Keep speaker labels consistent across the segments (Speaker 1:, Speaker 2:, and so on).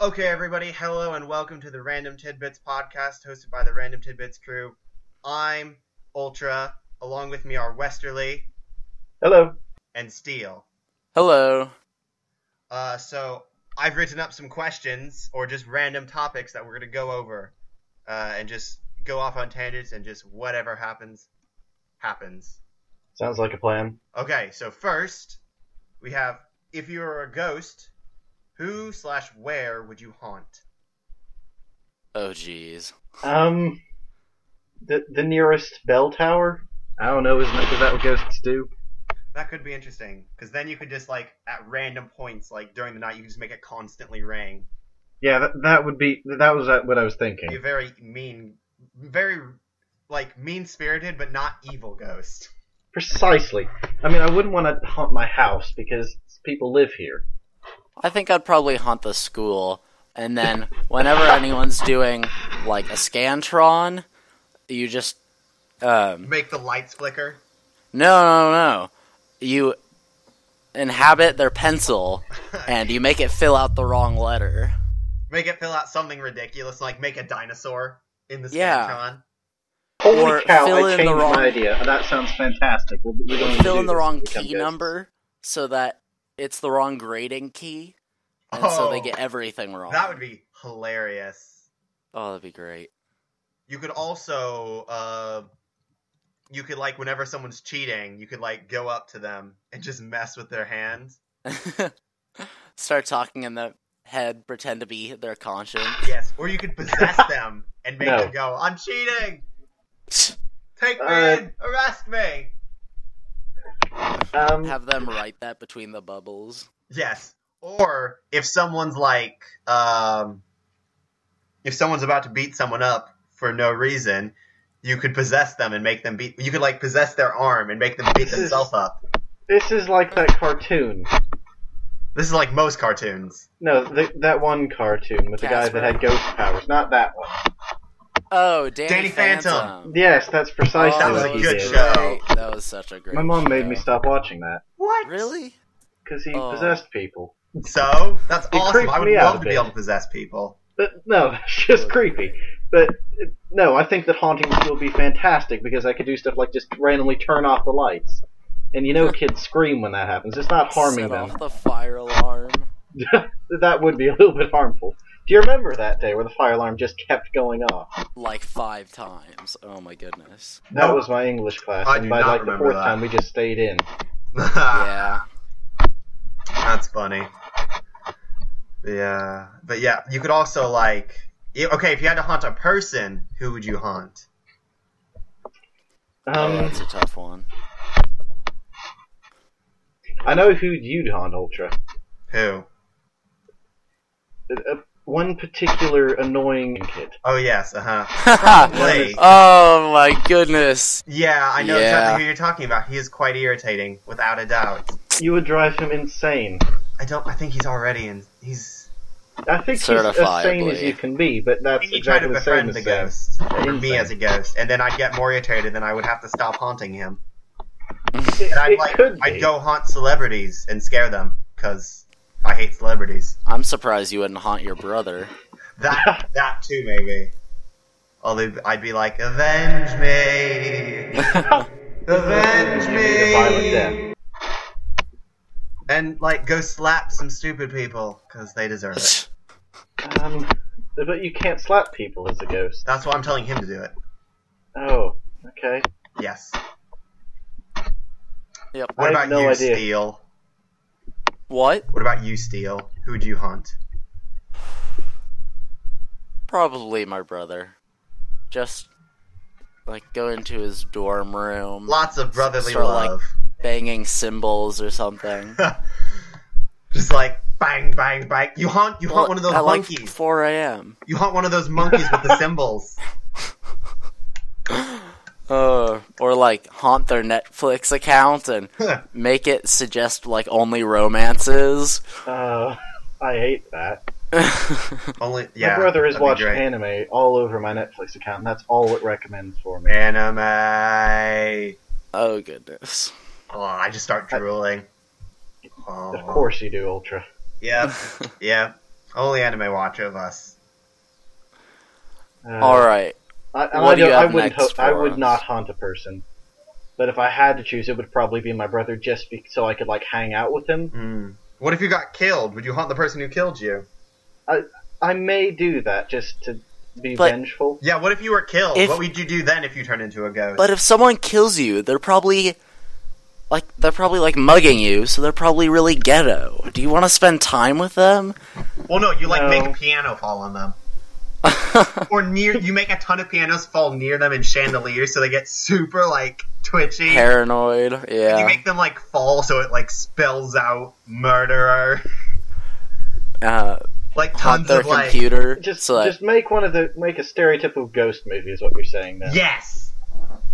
Speaker 1: Okay, everybody, hello and welcome to the Random Tidbits podcast hosted by the Random Tidbits crew. I'm Ultra. Along with me are Westerly
Speaker 2: Hello.
Speaker 1: and Steel.
Speaker 3: Hello.
Speaker 1: Uh, so I've written up some questions or just random topics that we're going to go over uh, and just go off on tangents and just whatever happens, happens.
Speaker 2: Sounds like a plan.
Speaker 1: Okay, so first we have if you were a ghost, who slash where would you haunt?
Speaker 3: Oh, jeez.
Speaker 2: Um, the the nearest bell tower. I don't know, isn't it? Because that what ghosts do.
Speaker 1: That could be interesting because then you could just like at random points, like during the night, you could just make it constantly ring.
Speaker 2: Yeah, that, that would be. That was uh, what I was
Speaker 1: Be a
Speaker 2: thinking.
Speaker 1: very mean, very like mean spirited but not evil ghost.
Speaker 2: Precisely. I mean, I wouldn't want to haunt my house because people live here.
Speaker 3: I think I'd probably haunt the school, and then whenever anyone's doing like a scantron, you just um
Speaker 1: Make the lights flicker.
Speaker 3: no no no you inhabit their pencil and you make it fill out the wrong letter.
Speaker 1: Make it fill out something ridiculous, like make a dinosaur in the
Speaker 3: Yeah.
Speaker 1: Scantron.
Speaker 2: Holy
Speaker 3: Or
Speaker 2: cow!
Speaker 3: fill
Speaker 2: I
Speaker 3: in the
Speaker 2: changed
Speaker 3: wrong-
Speaker 2: my idea. Oh, That sounds fantastic. We'll, be- we're going to
Speaker 3: Fill
Speaker 2: do
Speaker 3: in the
Speaker 2: this
Speaker 3: wrong
Speaker 2: and become
Speaker 3: key
Speaker 2: ghosts.
Speaker 3: number so that it's the wrong grading key, and so they get everything wrong.
Speaker 1: Oh. That would be hilarious.
Speaker 3: oh, that'd be great.
Speaker 1: You could also, uh, you could like whenever someone's cheating, you could like go up to them and just mess with their hands.
Speaker 3: Start talking in the head, pretend to be their conscience.
Speaker 1: Yes, or you could possess them and make
Speaker 2: No.
Speaker 1: them go, "I'm cheating. Take me
Speaker 2: Uh,
Speaker 1: in. Arrest me."
Speaker 2: Um,
Speaker 3: have them write that between the bubbles.
Speaker 1: Yes. Or if someone's like, um, if someone's about to beat someone up for no reason, you could possess them and make them beat. You could like possess their arm and make them beat
Speaker 2: This is-
Speaker 1: themselves up.
Speaker 2: this is like that cartoon.
Speaker 1: This is like most cartoons.
Speaker 2: No, the, that one cartoon with the guy
Speaker 3: Casper.
Speaker 2: that had ghost powers. Not that one.
Speaker 3: Oh, Danny,
Speaker 1: Danny Phantom.
Speaker 3: Phantom. Oh,
Speaker 2: Yes, that's precisely
Speaker 1: that was
Speaker 2: what
Speaker 1: a
Speaker 2: he
Speaker 1: good
Speaker 2: did.
Speaker 1: show.
Speaker 3: great. That was such a great.
Speaker 2: My mom made
Speaker 3: show.
Speaker 2: me stop watching that
Speaker 1: What?
Speaker 3: Really?
Speaker 2: because he
Speaker 3: Oh.
Speaker 2: possessed people.
Speaker 1: So that's
Speaker 2: It
Speaker 1: awesome.
Speaker 2: creeped
Speaker 1: I would
Speaker 2: me out
Speaker 1: love
Speaker 2: a
Speaker 1: to be
Speaker 2: bit.
Speaker 1: able to possess people.
Speaker 2: But no, it's just creepy. But uh, no, I think that haunting will be fantastic because I could do stuff like just randomly turn off the lights. And you know kids scream when that happens. It's not harming
Speaker 3: Set
Speaker 2: them.
Speaker 3: off the fire alarm.
Speaker 2: That would be a little bit harmful. Do you remember that day where the fire alarm just kept going off?
Speaker 3: Like five times. Oh my goodness.
Speaker 2: That
Speaker 1: Nope.
Speaker 2: was my English class,
Speaker 1: I do
Speaker 2: and by
Speaker 1: not
Speaker 2: like the
Speaker 1: remember
Speaker 2: fourth
Speaker 1: that.
Speaker 2: time we just stayed in.
Speaker 3: Yeah.
Speaker 1: Um, That's funny. Yeah, but yeah, you could also like, i- okay, if you had to haunt a person, who would you haunt?
Speaker 3: Oh,
Speaker 2: Um,
Speaker 3: that's a tough one.
Speaker 2: I know who you'd haunt, Ultra.
Speaker 1: Who?
Speaker 2: Uh, uh, One particular annoying kid.
Speaker 1: Oh yes, uh huh. Probably.
Speaker 3: oh my goodness.
Speaker 1: Yeah, I know
Speaker 3: Yeah.
Speaker 1: exactly who you're talking about. He is quite irritating, without a doubt.
Speaker 2: You would drive him insane.
Speaker 1: I don't. I think he's already in. He's.
Speaker 2: I think he's as sane as
Speaker 3: Certifiably.
Speaker 2: you can be, but
Speaker 1: I
Speaker 2: that's
Speaker 1: think you try to
Speaker 2: exactly the same
Speaker 1: befriend
Speaker 2: as
Speaker 1: the
Speaker 2: Sam.
Speaker 1: ghost, or
Speaker 2: Insane.
Speaker 1: me as a ghost, and then I'd get more irritated, and I would have to stop haunting him.
Speaker 2: It,
Speaker 1: And I'd
Speaker 2: it
Speaker 1: like,
Speaker 2: could be.
Speaker 1: I'd go haunt celebrities and scare them because I hate celebrities.
Speaker 3: I'm surprised you wouldn't haunt your brother.
Speaker 1: That that too maybe. Although I'd be like, avenge me, avenge
Speaker 2: A violent
Speaker 1: me,
Speaker 2: death.
Speaker 1: and like go slap some stupid people because they deserve it.
Speaker 2: Um, but you can't slap people as a ghost.
Speaker 1: That's why I'm telling him to do it.
Speaker 2: Oh, okay.
Speaker 1: Yes.
Speaker 3: yep.
Speaker 1: What
Speaker 2: I
Speaker 1: about
Speaker 2: have no
Speaker 1: you,
Speaker 2: idea.
Speaker 1: Steel?
Speaker 3: What?
Speaker 1: What about you, Steel? Who would you haunt?
Speaker 3: Probably my brother. Just like go into his dorm room.
Speaker 1: Lots of brotherly
Speaker 3: Sort of like-
Speaker 1: love.
Speaker 3: banging cymbals or something.
Speaker 1: Just like bang, bang, bang. You haunt, you haunt
Speaker 3: Well,
Speaker 1: one of those
Speaker 3: at like
Speaker 1: monkeys.
Speaker 3: 4 a.m.
Speaker 1: You haunt one of those monkeys with the symbols.
Speaker 3: Uh, or like haunt their Netflix account and make it suggest like only romances.
Speaker 2: Uh, I hate that.
Speaker 3: Oh,
Speaker 1: Only, yeah.
Speaker 2: my brother is
Speaker 1: that'd be
Speaker 2: watching
Speaker 1: great.
Speaker 2: anime all over my Netflix account, and that's all it recommends for me.
Speaker 1: Anime.
Speaker 3: Oh goodness.
Speaker 1: Oh, I just start drooling. Oh.
Speaker 2: Of course you do, Ultra.
Speaker 1: Yep. yep. Only anime watcher of us.
Speaker 2: Uh,
Speaker 3: All right.
Speaker 2: I, and
Speaker 3: What
Speaker 2: I,
Speaker 3: do you
Speaker 2: don't- I
Speaker 3: have
Speaker 2: wouldn't.
Speaker 3: next
Speaker 2: ho- I
Speaker 3: for
Speaker 2: would
Speaker 3: us?
Speaker 2: not hunt a person, but if I had to choose, it would probably be my brother, just be- so I could like hang out with him.
Speaker 1: Mm. What if you got killed? Would you hunt the person who killed you?
Speaker 2: I may do that just to be
Speaker 3: But-
Speaker 2: vengeful.
Speaker 1: Yeah, what if you were killed?
Speaker 3: If-
Speaker 1: what would you do then if you turned into a ghost?
Speaker 3: But if someone kills you, they're probably like they're probably like mugging you, so they're probably really ghetto. Do you want to spend time with them?
Speaker 1: well, no, you like
Speaker 2: No.
Speaker 1: make a piano fall on them. or near, you make a ton of pianos fall near them in chandeliers so they get super, like, twitchy.
Speaker 3: Paranoid.
Speaker 1: You
Speaker 3: Yeah.
Speaker 1: make them, like, fall so it, like, spells out murderer.
Speaker 3: Uh,
Speaker 1: Like,
Speaker 3: haunt
Speaker 1: tons
Speaker 3: their
Speaker 1: of, like.
Speaker 3: computer.
Speaker 2: Just,
Speaker 3: so that-
Speaker 2: just make one of the make a stereotypical ghost movie is what you're saying now.
Speaker 1: Yes!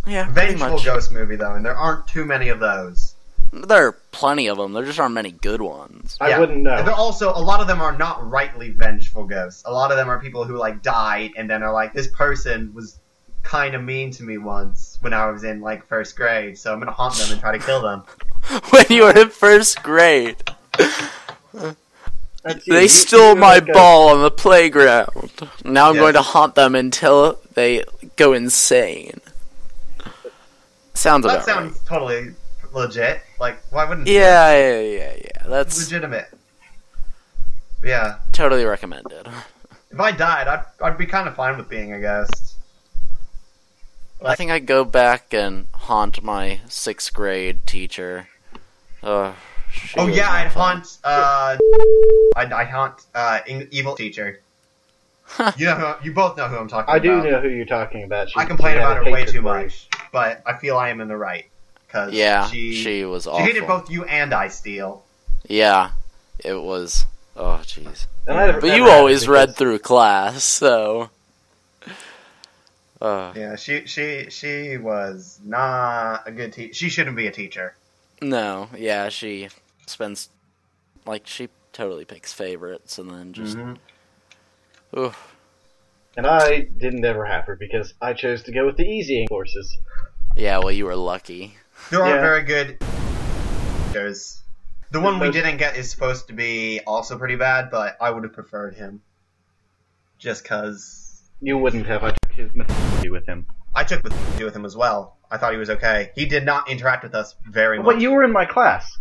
Speaker 3: yeah, pretty
Speaker 1: Vengeful
Speaker 3: much.
Speaker 1: ghost movie, though, and there aren't too many of those.
Speaker 3: There are plenty of them. There just aren't many good ones.
Speaker 2: I
Speaker 1: Yeah.
Speaker 2: wouldn't know.
Speaker 1: They're also a lot of them are not rightly vengeful ghosts. A lot of them are people who like died and then are like, this person was kind of mean to me once when I was in like first grade, so I'm gonna haunt them and try to kill them.
Speaker 3: when you were in first grade,
Speaker 2: That's you.
Speaker 3: they
Speaker 2: You-
Speaker 3: stole
Speaker 2: you're
Speaker 3: my
Speaker 2: like a-
Speaker 3: ball on the playground. Now I'm
Speaker 1: Yeah.
Speaker 3: going to haunt them until they go insane. Sounds
Speaker 1: that
Speaker 3: about
Speaker 1: sounds
Speaker 3: right.
Speaker 1: totally legit. Like, why wouldn't?
Speaker 3: Yeah, yeah, yeah, yeah.
Speaker 1: it's
Speaker 3: That's
Speaker 1: legitimate. But yeah,
Speaker 3: totally recommended.
Speaker 1: if I died, I'd I'd be kind of fine with being a ghost.
Speaker 3: I think I go back and haunt my sixth grade teacher. Oh, she
Speaker 1: Oh
Speaker 3: was
Speaker 1: yeah,
Speaker 3: not
Speaker 1: I'd
Speaker 3: fun.
Speaker 1: haunt. Uh, I'd, I haunt uh, eng- evil teacher. you know, who, you both know who I'm talking
Speaker 2: I
Speaker 1: about.
Speaker 2: do know who you're talking about. She,
Speaker 1: I complain
Speaker 2: she had
Speaker 1: about
Speaker 2: a
Speaker 1: her way
Speaker 2: hatred
Speaker 1: too
Speaker 2: for you.
Speaker 1: much, but I feel I am in the right because
Speaker 3: Yeah,
Speaker 1: she
Speaker 3: she,
Speaker 1: she,
Speaker 3: was awful.
Speaker 1: hated both you and I steal.
Speaker 3: Yeah, it was. Oh, jeez.
Speaker 2: And I never-
Speaker 3: But
Speaker 2: never
Speaker 3: you
Speaker 2: had it
Speaker 3: always read
Speaker 2: because-
Speaker 3: through class, so. Uh,
Speaker 1: Yeah, she she she was not a good teacher. She shouldn't be a teacher.
Speaker 3: no, yeah, she spends. Like, she totally picks favorites and then just. Oof.
Speaker 2: And I didn't ever have her because I chose to go with the easy courses.
Speaker 3: Yeah, well, you were lucky.
Speaker 1: There are
Speaker 2: Yeah.
Speaker 1: very good. There's the one we
Speaker 2: Those-
Speaker 1: didn't get is supposed to be also pretty bad, but I would have preferred him. Just because
Speaker 2: You wouldn't have. I took his mythology with him.
Speaker 1: I took with do with him as well. I thought he was okay. He did not interact with us very much.
Speaker 2: But you were in my class.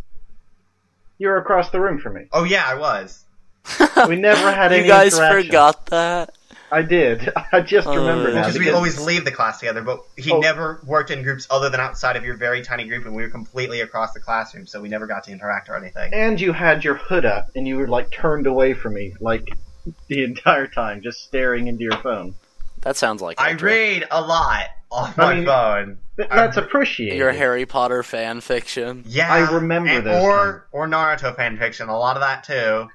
Speaker 2: You were across the room from me.
Speaker 1: oh yeah, I was.
Speaker 2: We never had
Speaker 3: you
Speaker 2: any
Speaker 3: guys
Speaker 2: interaction.
Speaker 3: forgot that?
Speaker 2: I did. I just
Speaker 3: Oh,
Speaker 2: remember
Speaker 3: yeah.
Speaker 2: now.
Speaker 1: because we
Speaker 2: because-
Speaker 1: always leave the class together, but he
Speaker 2: Oh.
Speaker 1: never worked in groups other than outside of your very tiny group, and we were completely across the classroom, so we never got to interact or anything.
Speaker 2: And you had your hood up, and you were like turned away from me, like the entire time, just staring into your phone.
Speaker 3: That sounds like
Speaker 1: I
Speaker 3: Ultra.
Speaker 1: read a lot on
Speaker 2: I
Speaker 1: my
Speaker 2: mean-
Speaker 1: phone.
Speaker 2: Th-
Speaker 1: I
Speaker 2: That's
Speaker 1: re-
Speaker 2: appreciated.
Speaker 3: Your Harry Potter fan fiction.
Speaker 1: Yeah,
Speaker 2: I remember
Speaker 1: and-
Speaker 2: those
Speaker 1: or or Naruto fanfiction, a lot of that too.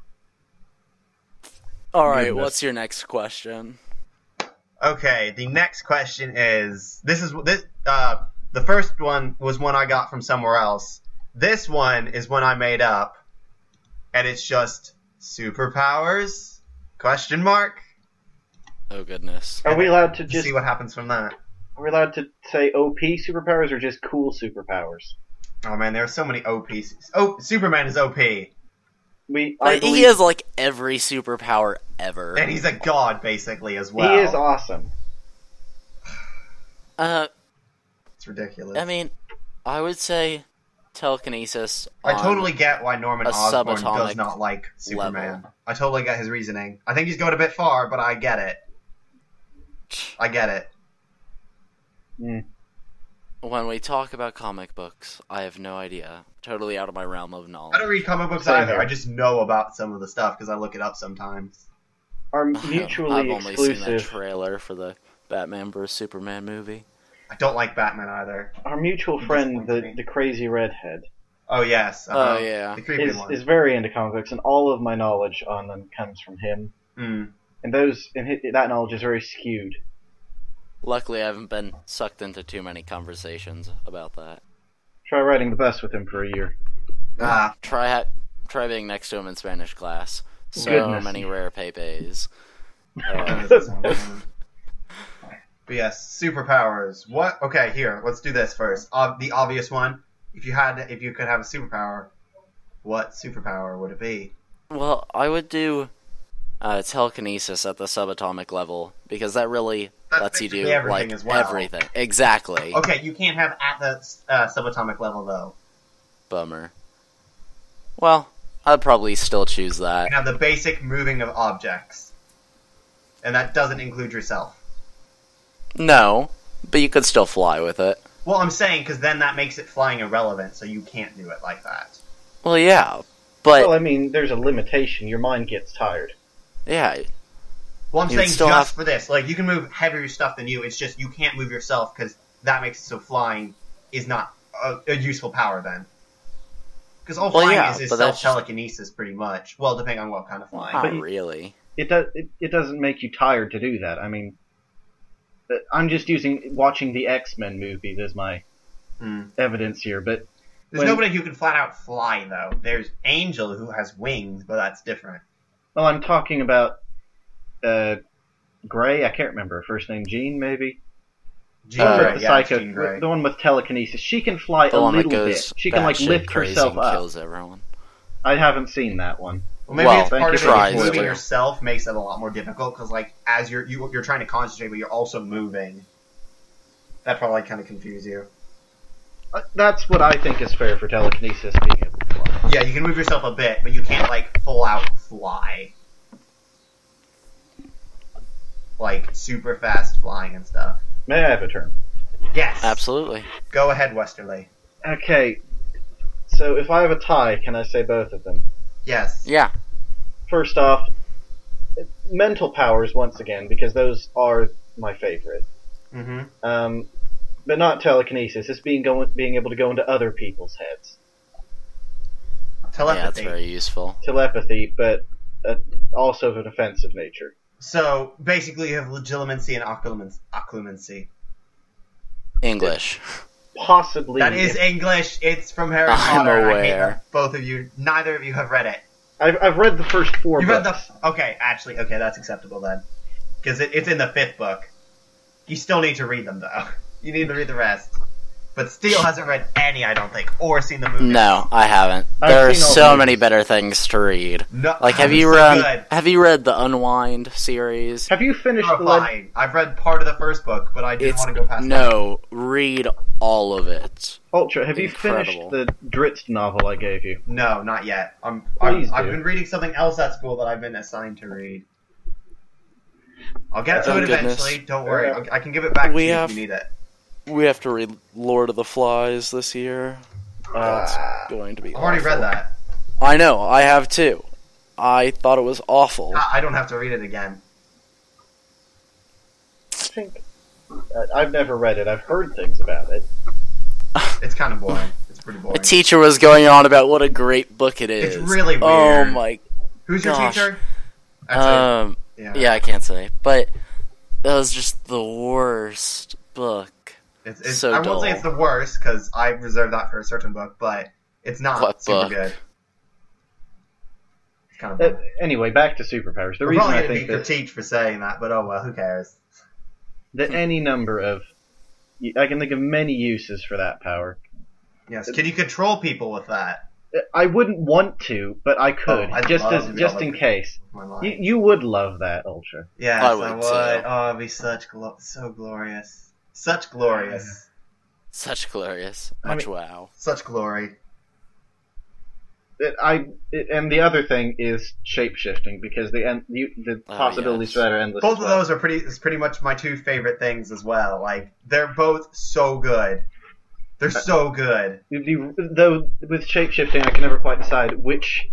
Speaker 3: All right,
Speaker 2: Goodness.
Speaker 3: what's your next question?
Speaker 1: Okay, the next question is this is this uh the first one was one I got from somewhere else. This one is one I made up, and it's just superpowers question mark.
Speaker 3: Oh goodness.
Speaker 2: Are we allowed to just?
Speaker 1: See what happens from that.
Speaker 2: Are we allowed to say OP superpowers or just cool superpowers?
Speaker 1: Oh man, there are so many OPs. Oh, Superman is OP, and
Speaker 2: We. I
Speaker 3: But
Speaker 2: believe,
Speaker 3: Uh, he is like every superpower ever.
Speaker 1: he's a god basically as
Speaker 2: He
Speaker 1: well.
Speaker 2: is awesome.
Speaker 3: Uh,
Speaker 1: It's ridiculous.
Speaker 3: I mean, I would say telekinesis.
Speaker 1: I
Speaker 3: on-
Speaker 1: totally get why Norman
Speaker 3: a
Speaker 1: Osborn does
Speaker 3: subatomic
Speaker 1: not like Superman. I totally get his reasoning. I think he's going a bit far, but I get it. I get it.
Speaker 2: Mm.
Speaker 3: When we talk about comic books, I have no idea. Totally out of my realm of knowledge.
Speaker 1: I don't read comic books
Speaker 2: Same
Speaker 1: either.
Speaker 2: here.
Speaker 1: I just know about some of the stuff because I look it up sometimes.
Speaker 2: Are
Speaker 3: I don't-
Speaker 2: mutually
Speaker 3: I've only seen the
Speaker 2: exclusive.
Speaker 3: trailer for the Batman vs Superman movie.
Speaker 1: I don't like Batman either.
Speaker 2: Our mutual
Speaker 1: Just
Speaker 2: friend,
Speaker 1: like
Speaker 2: the,
Speaker 1: me.
Speaker 2: the crazy redhead,
Speaker 1: Oh yes.
Speaker 3: Oh
Speaker 1: uh-huh.
Speaker 3: yeah,
Speaker 1: The creepy
Speaker 2: is,
Speaker 1: one.
Speaker 2: is very into comic books, and all of my knowledge on them comes from him.
Speaker 1: Mm.
Speaker 2: And those and hi that knowledge is very skewed.
Speaker 3: luckily I haven't been sucked into too many conversations about that.
Speaker 2: Try riding the bus with him for a year.
Speaker 1: Ah,
Speaker 3: Try ha- try being next to him in Spanish class. So
Speaker 2: Goodness.
Speaker 3: many rare pepes. Uh,
Speaker 1: but yes, superpowers. What? Okay, here. Let's do this first. Uh, the obvious one. If you had, if you could have a superpower, what superpower would it be?
Speaker 3: Well, I would do uh, telekinesis at the subatomic level because that really
Speaker 1: That's
Speaker 3: lets you do
Speaker 1: basically everything
Speaker 3: like
Speaker 1: as well.
Speaker 3: everything. Exactly.
Speaker 1: Okay, you can't have at the uh, subatomic level though.
Speaker 3: Bummer. Well, I'd probably still choose
Speaker 1: You
Speaker 3: that.
Speaker 1: can have the basic moving of objects, and that doesn't include yourself.
Speaker 3: No, but you could still fly with it.
Speaker 1: Well, I'm saying because then that makes it flying irrelevant, so you can't do it like that.
Speaker 3: Well, yeah, but
Speaker 2: well, I mean, there's a limitation. Your mind gets tired.
Speaker 3: yeah,
Speaker 1: Well, I'm
Speaker 3: You'd
Speaker 1: saying just
Speaker 3: still have-
Speaker 1: for this, like you can move heavier stuff than you. It's just you can't move yourself because that makes it so flying is not a, a useful power then. Because all
Speaker 3: Well,
Speaker 1: flying
Speaker 3: yeah,
Speaker 1: is, is
Speaker 3: but that's
Speaker 1: self telekinesis, pretty much. Well, depending on what kind of flying.
Speaker 3: not
Speaker 2: you-
Speaker 3: really.
Speaker 2: It does. It, it doesn't make you tired to do that. I mean, uh, I'm just using watching the X Men movies as my
Speaker 1: Hmm.
Speaker 2: evidence here, but
Speaker 1: There's
Speaker 2: when-
Speaker 1: nobody who can flat out fly though. There's Angel who has wings, but that's different.
Speaker 2: Well, I'm talking about uh, Gray. I can't remember her first name. Jean, maybe.
Speaker 1: Jean
Speaker 3: Uh,
Speaker 1: Grey,
Speaker 2: the
Speaker 1: yeah,
Speaker 2: psycho,
Speaker 1: Jean Grey.
Speaker 2: the one with telekinesis. She can fly
Speaker 3: The
Speaker 2: a
Speaker 3: one that
Speaker 2: little
Speaker 3: goes
Speaker 2: bit. She can like
Speaker 3: batshit
Speaker 2: lift
Speaker 3: crazy
Speaker 2: herself
Speaker 3: and
Speaker 2: up.
Speaker 3: kills everyone.
Speaker 2: I haven't seen that one.
Speaker 1: Well, maybe
Speaker 3: Well,
Speaker 1: it's
Speaker 2: thank
Speaker 1: part
Speaker 2: you
Speaker 1: of it.
Speaker 2: for
Speaker 1: is
Speaker 2: eyes,
Speaker 1: Moving
Speaker 2: too.
Speaker 1: yourself makes it a lot more difficult because, like, as you're you, you're trying to concentrate, but you're also moving. That probably kind of confused you.
Speaker 2: Uh, That's what I think is fair for telekinesis being able to fly.
Speaker 1: Yeah, you can move yourself a bit, but you can't like full out fly, like super fast flying and stuff.
Speaker 2: May I have a turn?
Speaker 1: Yes,
Speaker 3: Absolutely.
Speaker 1: Go ahead, Westerly.
Speaker 2: Okay. So if I have a tie, can I say both of them?
Speaker 1: Yes.
Speaker 3: Yeah.
Speaker 2: First off, mental powers once again because those are my favorite.
Speaker 1: Mm-hmm.
Speaker 2: um, but not telekinesis. It's being going, being able to go into other people's heads,
Speaker 1: Telepathy.
Speaker 3: Yeah, it's very useful.
Speaker 2: telepathy, but uh, also of an offensive nature.
Speaker 1: So basically, you have legitimacy and occlumency. occlumency.
Speaker 3: English.
Speaker 2: Possibly,
Speaker 1: That is English. It's from Harry
Speaker 3: I'm
Speaker 1: Potter. and I hate
Speaker 3: aware.
Speaker 1: that both of you. Neither of you have read it.
Speaker 2: I've, I've read the first four.
Speaker 1: You read the
Speaker 2: books.
Speaker 1: okay, actually, okay, that's acceptable then, because it, it's in the fifth book. You still need to read them though. You need to read the rest. But Steele hasn't read any, I don't think, or seen the movie.
Speaker 3: No, I haven't.
Speaker 2: I've
Speaker 3: there are
Speaker 2: seen all
Speaker 3: so
Speaker 2: these.
Speaker 3: many better things to read.
Speaker 1: no.
Speaker 3: Like, have
Speaker 1: it's
Speaker 3: you um,
Speaker 1: so
Speaker 3: read?
Speaker 1: good.
Speaker 3: Have you read the Unwind series?
Speaker 2: Have you finished the leg-
Speaker 1: Terrifying. I've read part of the first book, but I didn't
Speaker 3: It's
Speaker 1: want to go past. that.
Speaker 3: no. Read all of it.
Speaker 2: Ultra? Have you
Speaker 3: Incredible.
Speaker 2: finished the Dritz novel I gave you?
Speaker 1: No, not yet. I'm. I'm
Speaker 2: Please
Speaker 1: I've
Speaker 2: do.
Speaker 1: been reading something else at school that I've been assigned to read. I'll get to
Speaker 3: Oh,
Speaker 1: it
Speaker 3: goodness.
Speaker 1: eventually. Don't worry.
Speaker 2: Yeah.
Speaker 1: I'll- I can give it back
Speaker 3: We
Speaker 1: to you
Speaker 3: have-
Speaker 1: if you need it.
Speaker 3: We have to read Lord of the Flies this year. That's
Speaker 2: Ah.
Speaker 3: going to be.
Speaker 1: I've already read
Speaker 3: awful.
Speaker 1: that.
Speaker 3: I know. I have too. I thought it was awful.
Speaker 1: I I don't have to read it again.
Speaker 2: I think I- I've never read it. I've heard things about it.
Speaker 1: It's kind of boring. It's pretty boring.
Speaker 3: A teacher was going on about what a great book it is.
Speaker 1: It's really
Speaker 3: Oh
Speaker 1: weird.
Speaker 3: my.
Speaker 1: Who's your
Speaker 3: Gosh.
Speaker 1: teacher? That's it.
Speaker 3: Um.
Speaker 1: Yeah.
Speaker 3: Yeah, I can't say, but that was just the worst book.
Speaker 1: It's, it's,
Speaker 3: so
Speaker 1: I won't say
Speaker 3: dull.
Speaker 1: it's the worst because I reserve that for a certain book, but it's not
Speaker 3: What
Speaker 1: super
Speaker 3: book?
Speaker 1: good. It's kind of.
Speaker 2: Uh,
Speaker 1: boring.
Speaker 2: anyway, back to superpowers. The
Speaker 1: We're
Speaker 2: reason
Speaker 1: probably going
Speaker 2: I
Speaker 1: to
Speaker 2: think
Speaker 1: be
Speaker 2: that,
Speaker 1: critiqued for saying that, but oh well, who cares?
Speaker 2: that any number of I can think of many uses for that power. Uh,
Speaker 1: Yes. Can you control people with that?
Speaker 2: I wouldn't want to, but I could
Speaker 1: Oh, I'd
Speaker 2: just
Speaker 1: love
Speaker 2: as
Speaker 1: to be
Speaker 2: just
Speaker 1: able
Speaker 2: in
Speaker 1: to-
Speaker 2: case.
Speaker 1: My mind.
Speaker 2: You, you would love that, Ultra.
Speaker 1: yes,
Speaker 3: I
Speaker 1: I
Speaker 3: would
Speaker 1: would.
Speaker 3: too.
Speaker 1: Oh, it'd be such glo- so glorious, such glorious,
Speaker 3: Such glorious.
Speaker 2: I
Speaker 3: Much wow.
Speaker 1: such glory.
Speaker 2: It, I it, and the other thing is shape shifting because the end you, the
Speaker 3: Oh,
Speaker 2: possibilities
Speaker 3: yes.
Speaker 2: for that are endless.
Speaker 1: Both
Speaker 2: as
Speaker 1: of
Speaker 2: well.
Speaker 1: those are pretty. Is pretty much my two favorite things as well. Like they're both so good.
Speaker 2: Uh,
Speaker 1: They're so good.
Speaker 2: It'd be- though with shape shifting, I can never quite decide which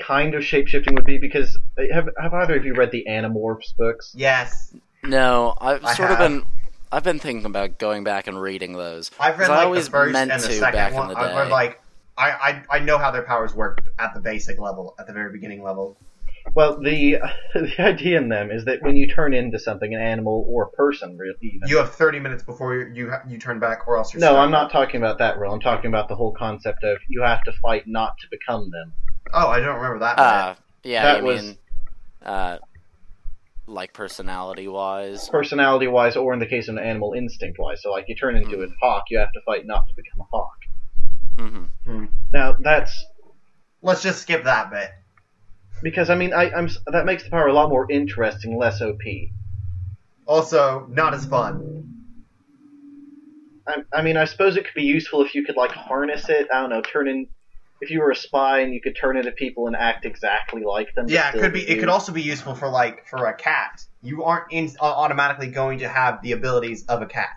Speaker 2: kind of shape shifting would be because uh, have have either of you read the Animorphs books?
Speaker 1: Yes,
Speaker 3: No, I've
Speaker 1: I
Speaker 3: sort
Speaker 1: have.
Speaker 3: of been. I've been thinking about going back and reading those.
Speaker 1: I've read
Speaker 3: 'Cause I
Speaker 1: like
Speaker 3: always
Speaker 1: the first
Speaker 3: meant
Speaker 1: and the
Speaker 3: to
Speaker 1: second
Speaker 3: back in
Speaker 1: one.
Speaker 3: the
Speaker 1: I've read
Speaker 3: day.
Speaker 1: like I, I I know how their powers work at the basic level, at the very beginning level.
Speaker 2: Well, the the idea in them is that when you turn into something, an animal or a person, really. Even,
Speaker 1: You have thirty minutes before you you, ha- you turn back, or else you're
Speaker 2: no,
Speaker 1: stuck.
Speaker 2: I'm not talking about that rule. I'm talking about the whole concept of you have to fight not to become them.
Speaker 1: Oh, I don't remember that.
Speaker 3: Uh, yeah,
Speaker 2: That
Speaker 3: I
Speaker 2: was-
Speaker 3: mean, uh, like personality wise.
Speaker 2: personality wise or in the case of an animal instinct wise. So like you turn into a hawk, you have to fight not to become a hawk.
Speaker 3: hmm
Speaker 1: bit. Hmm.
Speaker 2: Now that's
Speaker 1: Let's just skip that bit.
Speaker 2: Because I mean, I, I'm s- that makes the power a lot more interesting, less OP.
Speaker 1: Also, not as fun.
Speaker 2: I, I mean, I suppose it could be useful if you could like harness it. I don't know, turn in. If you were a spy and you could turn into people and act exactly like them. but
Speaker 1: Yeah, it
Speaker 2: still
Speaker 1: could be. It
Speaker 2: you.
Speaker 1: could also be useful for like for a cat. You aren't in, uh, automatically going to have the abilities of a cat.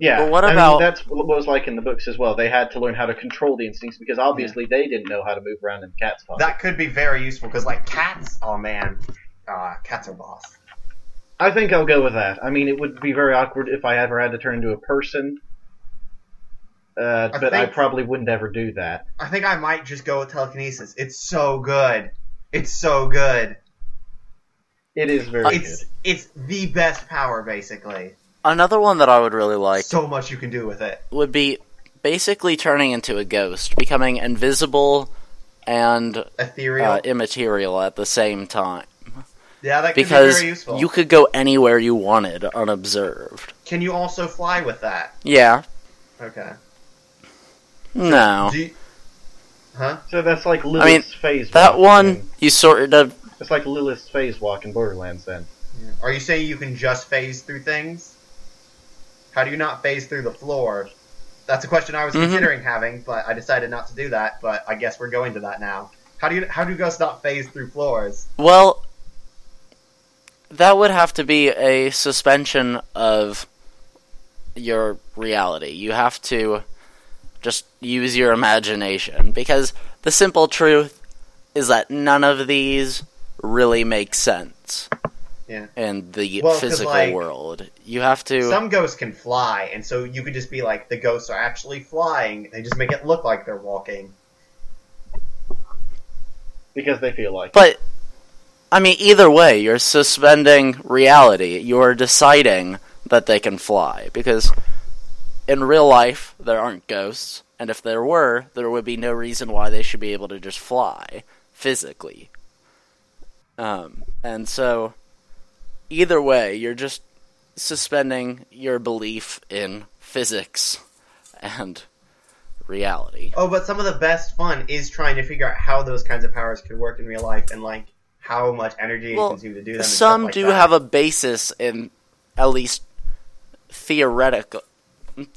Speaker 2: Yeah,
Speaker 3: But what
Speaker 2: I mean,
Speaker 3: about-
Speaker 2: that's what was like in the books as well. They had to learn how to control the instincts because obviously they didn't know how to move around in cat's paw.
Speaker 1: That could be very useful because like cats. Oh man, uh, cats are boss.
Speaker 2: I think I'll go with that. I mean, it would be very awkward if I ever had to turn into a person, uh,
Speaker 1: I
Speaker 2: but I
Speaker 1: think-
Speaker 2: probably wouldn't ever do that.
Speaker 1: I think I might just go with telekinesis. It's so good. It's so good.
Speaker 2: It is very
Speaker 1: It's it's the best power basically.
Speaker 3: Another one that I would really like
Speaker 1: so much you can do with it.
Speaker 3: would be basically turning into a ghost, becoming invisible and
Speaker 1: Ethereal.
Speaker 3: uh, immaterial at the same time.
Speaker 1: yeah, that could be
Speaker 3: Because
Speaker 1: very useful.
Speaker 3: you could go anywhere you wanted unobserved.
Speaker 1: Can you also fly with that?
Speaker 3: Yeah.
Speaker 1: Okay.
Speaker 3: Uh-huh. No.
Speaker 1: Do you- huh?
Speaker 2: good. So that's like Lilith's
Speaker 3: mean,
Speaker 2: phase.
Speaker 3: That
Speaker 2: walk
Speaker 3: one,
Speaker 2: then.
Speaker 3: you sort of.
Speaker 2: It's like Lilith's phase walk in Borderlands. Then
Speaker 1: Are you saying you can just phase through things? How do you not phase through the floor? That's a question I was
Speaker 3: Mhm.
Speaker 1: considering having, but I decided not to do that. But I guess we're going to that now. How do you how do ghosts not phase through floors?
Speaker 3: Well, that would have to be a suspension of your reality. You have to just use your imagination. Because the simple truth is that none of these really make sense
Speaker 1: Yeah.
Speaker 3: in the
Speaker 1: Well, 'cause,
Speaker 3: physical
Speaker 1: like,
Speaker 3: world. You have to.
Speaker 1: Some ghosts can fly, and so you could just be like the ghosts are actually flying. They just make it look like they're walking.
Speaker 2: because they feel like
Speaker 3: But I mean, either way, you're suspending reality. You're deciding that they can fly because in real life there aren't ghosts, and if there were, there would be no reason why they should be able to just fly physically. Um, and so, either way, you're just suspending your belief in physics and reality.
Speaker 1: Oh, but some of the best fun is trying to figure out how those kinds of powers could work in real life and like how much energy
Speaker 3: Well,
Speaker 1: it consumes to do them. and
Speaker 3: some
Speaker 1: stuff like
Speaker 3: do
Speaker 1: that.
Speaker 3: have a basis in at least theoretical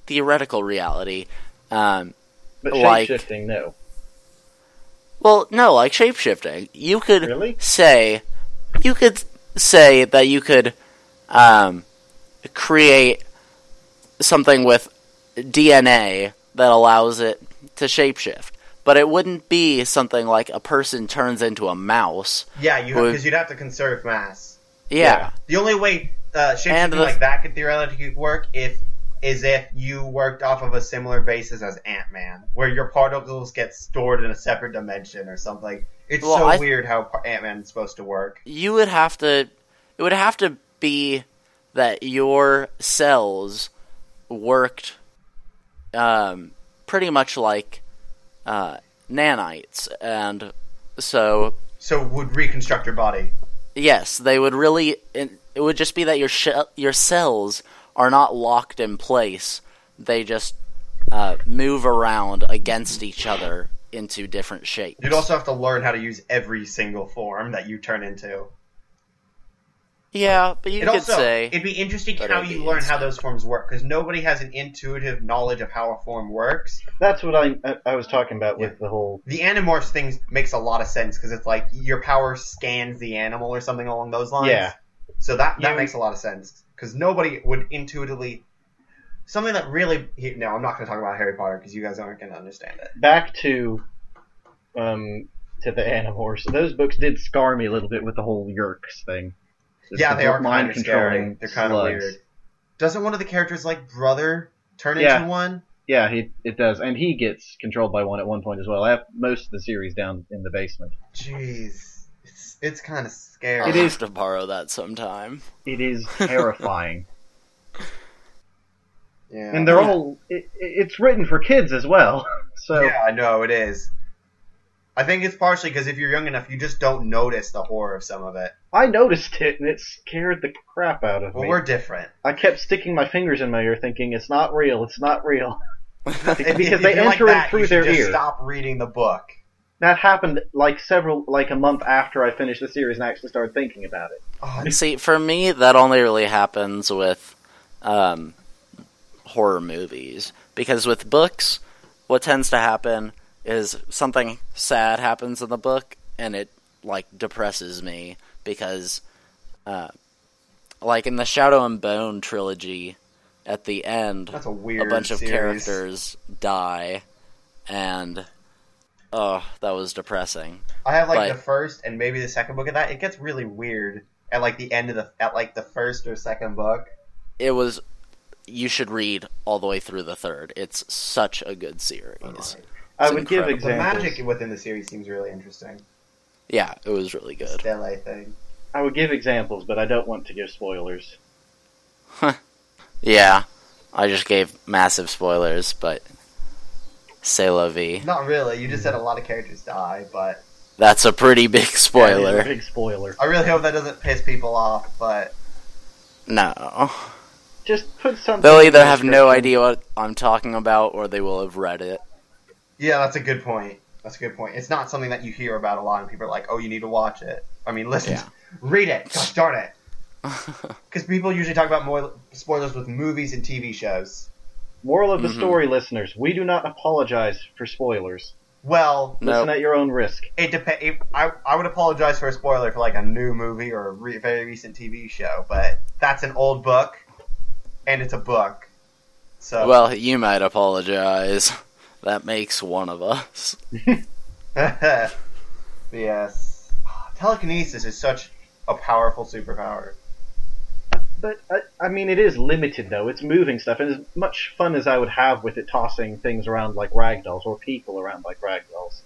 Speaker 3: theoretical reality. Um,
Speaker 2: but
Speaker 3: like-
Speaker 2: shape shifting. No,
Speaker 3: well, no, like shapeshifting. You could
Speaker 2: Really?
Speaker 3: say you could say that you could um, create something with DNA that allows it to shapeshift. But it wouldn't be something like a person turns into a mouse.
Speaker 1: yeah, you
Speaker 3: Well-
Speaker 1: because you'd have to conserve mass.
Speaker 3: yeah.
Speaker 1: The only way uh, shapeshifting
Speaker 3: And the-
Speaker 1: like that could theoretically work if is if you worked off of a similar basis as Ant Man, where your particles get stored in a separate dimension or something. It's
Speaker 3: Well,
Speaker 1: so
Speaker 3: I-
Speaker 1: weird how Ant Man is supposed to work.
Speaker 3: you would have to it would have to be that your cells worked um, pretty much like uh, nanites and so
Speaker 1: So would reconstruct your body.
Speaker 3: yes they would really it, it would just be that your shell your cells are not locked in place they just uh, move around against each other into different shapes
Speaker 1: You'd also have to learn how to use every single form that you turn into.
Speaker 3: yeah but you
Speaker 1: It
Speaker 3: could
Speaker 1: also,
Speaker 3: say
Speaker 1: it'd be interesting
Speaker 3: that
Speaker 1: how
Speaker 3: it'd
Speaker 1: you
Speaker 3: be
Speaker 1: learn how those forms work because nobody has an intuitive knowledge of how a form works.
Speaker 2: that's what I I- I was talking about with the whole.
Speaker 1: The animorphs thing makes a lot of sense because it's like your power scans the animal or something along those lines.
Speaker 2: Yeah.
Speaker 1: So that that
Speaker 2: You-
Speaker 1: makes a lot of sense because nobody would intuitively. Something that really he- no, I'm not going to talk about Harry Potter because you guys aren't going to understand it.
Speaker 2: back to um to the Animorphs. Those books did scar me a little bit with the whole Yerks thing. Just
Speaker 1: yeah,
Speaker 2: the
Speaker 1: they are
Speaker 2: mind
Speaker 1: kind of scary.
Speaker 2: controlling
Speaker 1: They're kind of
Speaker 2: slugs.
Speaker 1: weird. Doesn't one of the characters like brother turn
Speaker 2: Yeah.
Speaker 1: into one?
Speaker 2: Yeah, he, it does, and he gets controlled by one at one point as well. I have most of the series down in the basement.
Speaker 1: Jeez, it's it's kind of
Speaker 3: I'll
Speaker 1: scary.
Speaker 2: It is-
Speaker 3: have to borrow that sometime
Speaker 2: It is terrifying,
Speaker 1: Yeah.
Speaker 2: and they're all. It, it's written for kids as well, so
Speaker 1: Yeah, I know it is. I think it's partially because if you're young enough, you just don't notice the horror of some of it.
Speaker 2: I noticed it, and it scared the crap out of
Speaker 1: But
Speaker 2: me.
Speaker 1: we're different.
Speaker 2: I kept sticking my fingers in my ear, thinking it's not real, it's not real.
Speaker 1: If,
Speaker 2: Because
Speaker 1: if
Speaker 2: they
Speaker 1: you're like
Speaker 2: enter it
Speaker 1: that,
Speaker 2: through
Speaker 1: you should
Speaker 2: their
Speaker 1: just
Speaker 2: ear.
Speaker 1: Stop reading the book.
Speaker 2: that happened like several, like a month after I finished the series and I actually started thinking about it.
Speaker 1: Oh,
Speaker 3: See, for me, that only really happens with um, horror movies because with books, what tends to happen is something sad happens in the book, and it like depresses me because, uh, like in the Shadow and Bone trilogy, at the end,
Speaker 1: that's a weird.
Speaker 3: a bunch of
Speaker 1: series.
Speaker 3: characters die, and oh, that was depressing.
Speaker 1: I have like
Speaker 3: But-
Speaker 1: the first and maybe the second book of that. It gets really weird at like the end of the at like the first or second book.
Speaker 3: It was. You should read all the way through the third. It's such a good series.
Speaker 2: I
Speaker 3: It's
Speaker 2: would give
Speaker 3: incredible.
Speaker 1: The
Speaker 2: examples.
Speaker 1: magic within the series seems really interesting.
Speaker 3: Yeah, it was really
Speaker 1: The
Speaker 3: good.
Speaker 1: Stele thing.
Speaker 2: I would give examples, but I don't want to give spoilers.
Speaker 3: Yeah, I just gave massive spoilers, but c'est la vie.
Speaker 1: Not really. You just said a lot of characters die, but
Speaker 3: That's a pretty big
Speaker 2: That is a
Speaker 3: spoiler.
Speaker 2: big spoiler.
Speaker 1: I really hope that doesn't piss people off. But
Speaker 3: No,
Speaker 2: Just put something.
Speaker 3: they'll
Speaker 2: in
Speaker 3: either
Speaker 2: the
Speaker 3: have no
Speaker 2: description.
Speaker 3: idea what I'm talking about, or they will have read it.
Speaker 1: yeah, that's a good point. That's a good point. It's not something that you hear about a lot, and people are like, "Oh, you need to watch it." I mean, listen,
Speaker 3: Yeah.
Speaker 1: read it. Gosh darn it!
Speaker 3: Oh.
Speaker 1: Because people usually talk about more spoilers with movies and TV shows.
Speaker 2: Moral of the
Speaker 3: Mhm.
Speaker 2: story, listeners: We do not apologize for spoilers.
Speaker 1: Well,
Speaker 3: no,
Speaker 2: Listen at your own risk.
Speaker 1: it depends. I I would apologize for a spoiler for like a new movie or a re- very recent TV show, but that's an old book, and it's a book. So
Speaker 3: well, you might apologize. That makes one of us.
Speaker 1: yes, telekinesis is such a powerful superpower.
Speaker 2: But uh, I, I mean, it is limited though. It's moving stuff, and as much fun as I would have with it tossing things around like ragdolls or people around like ragdolls,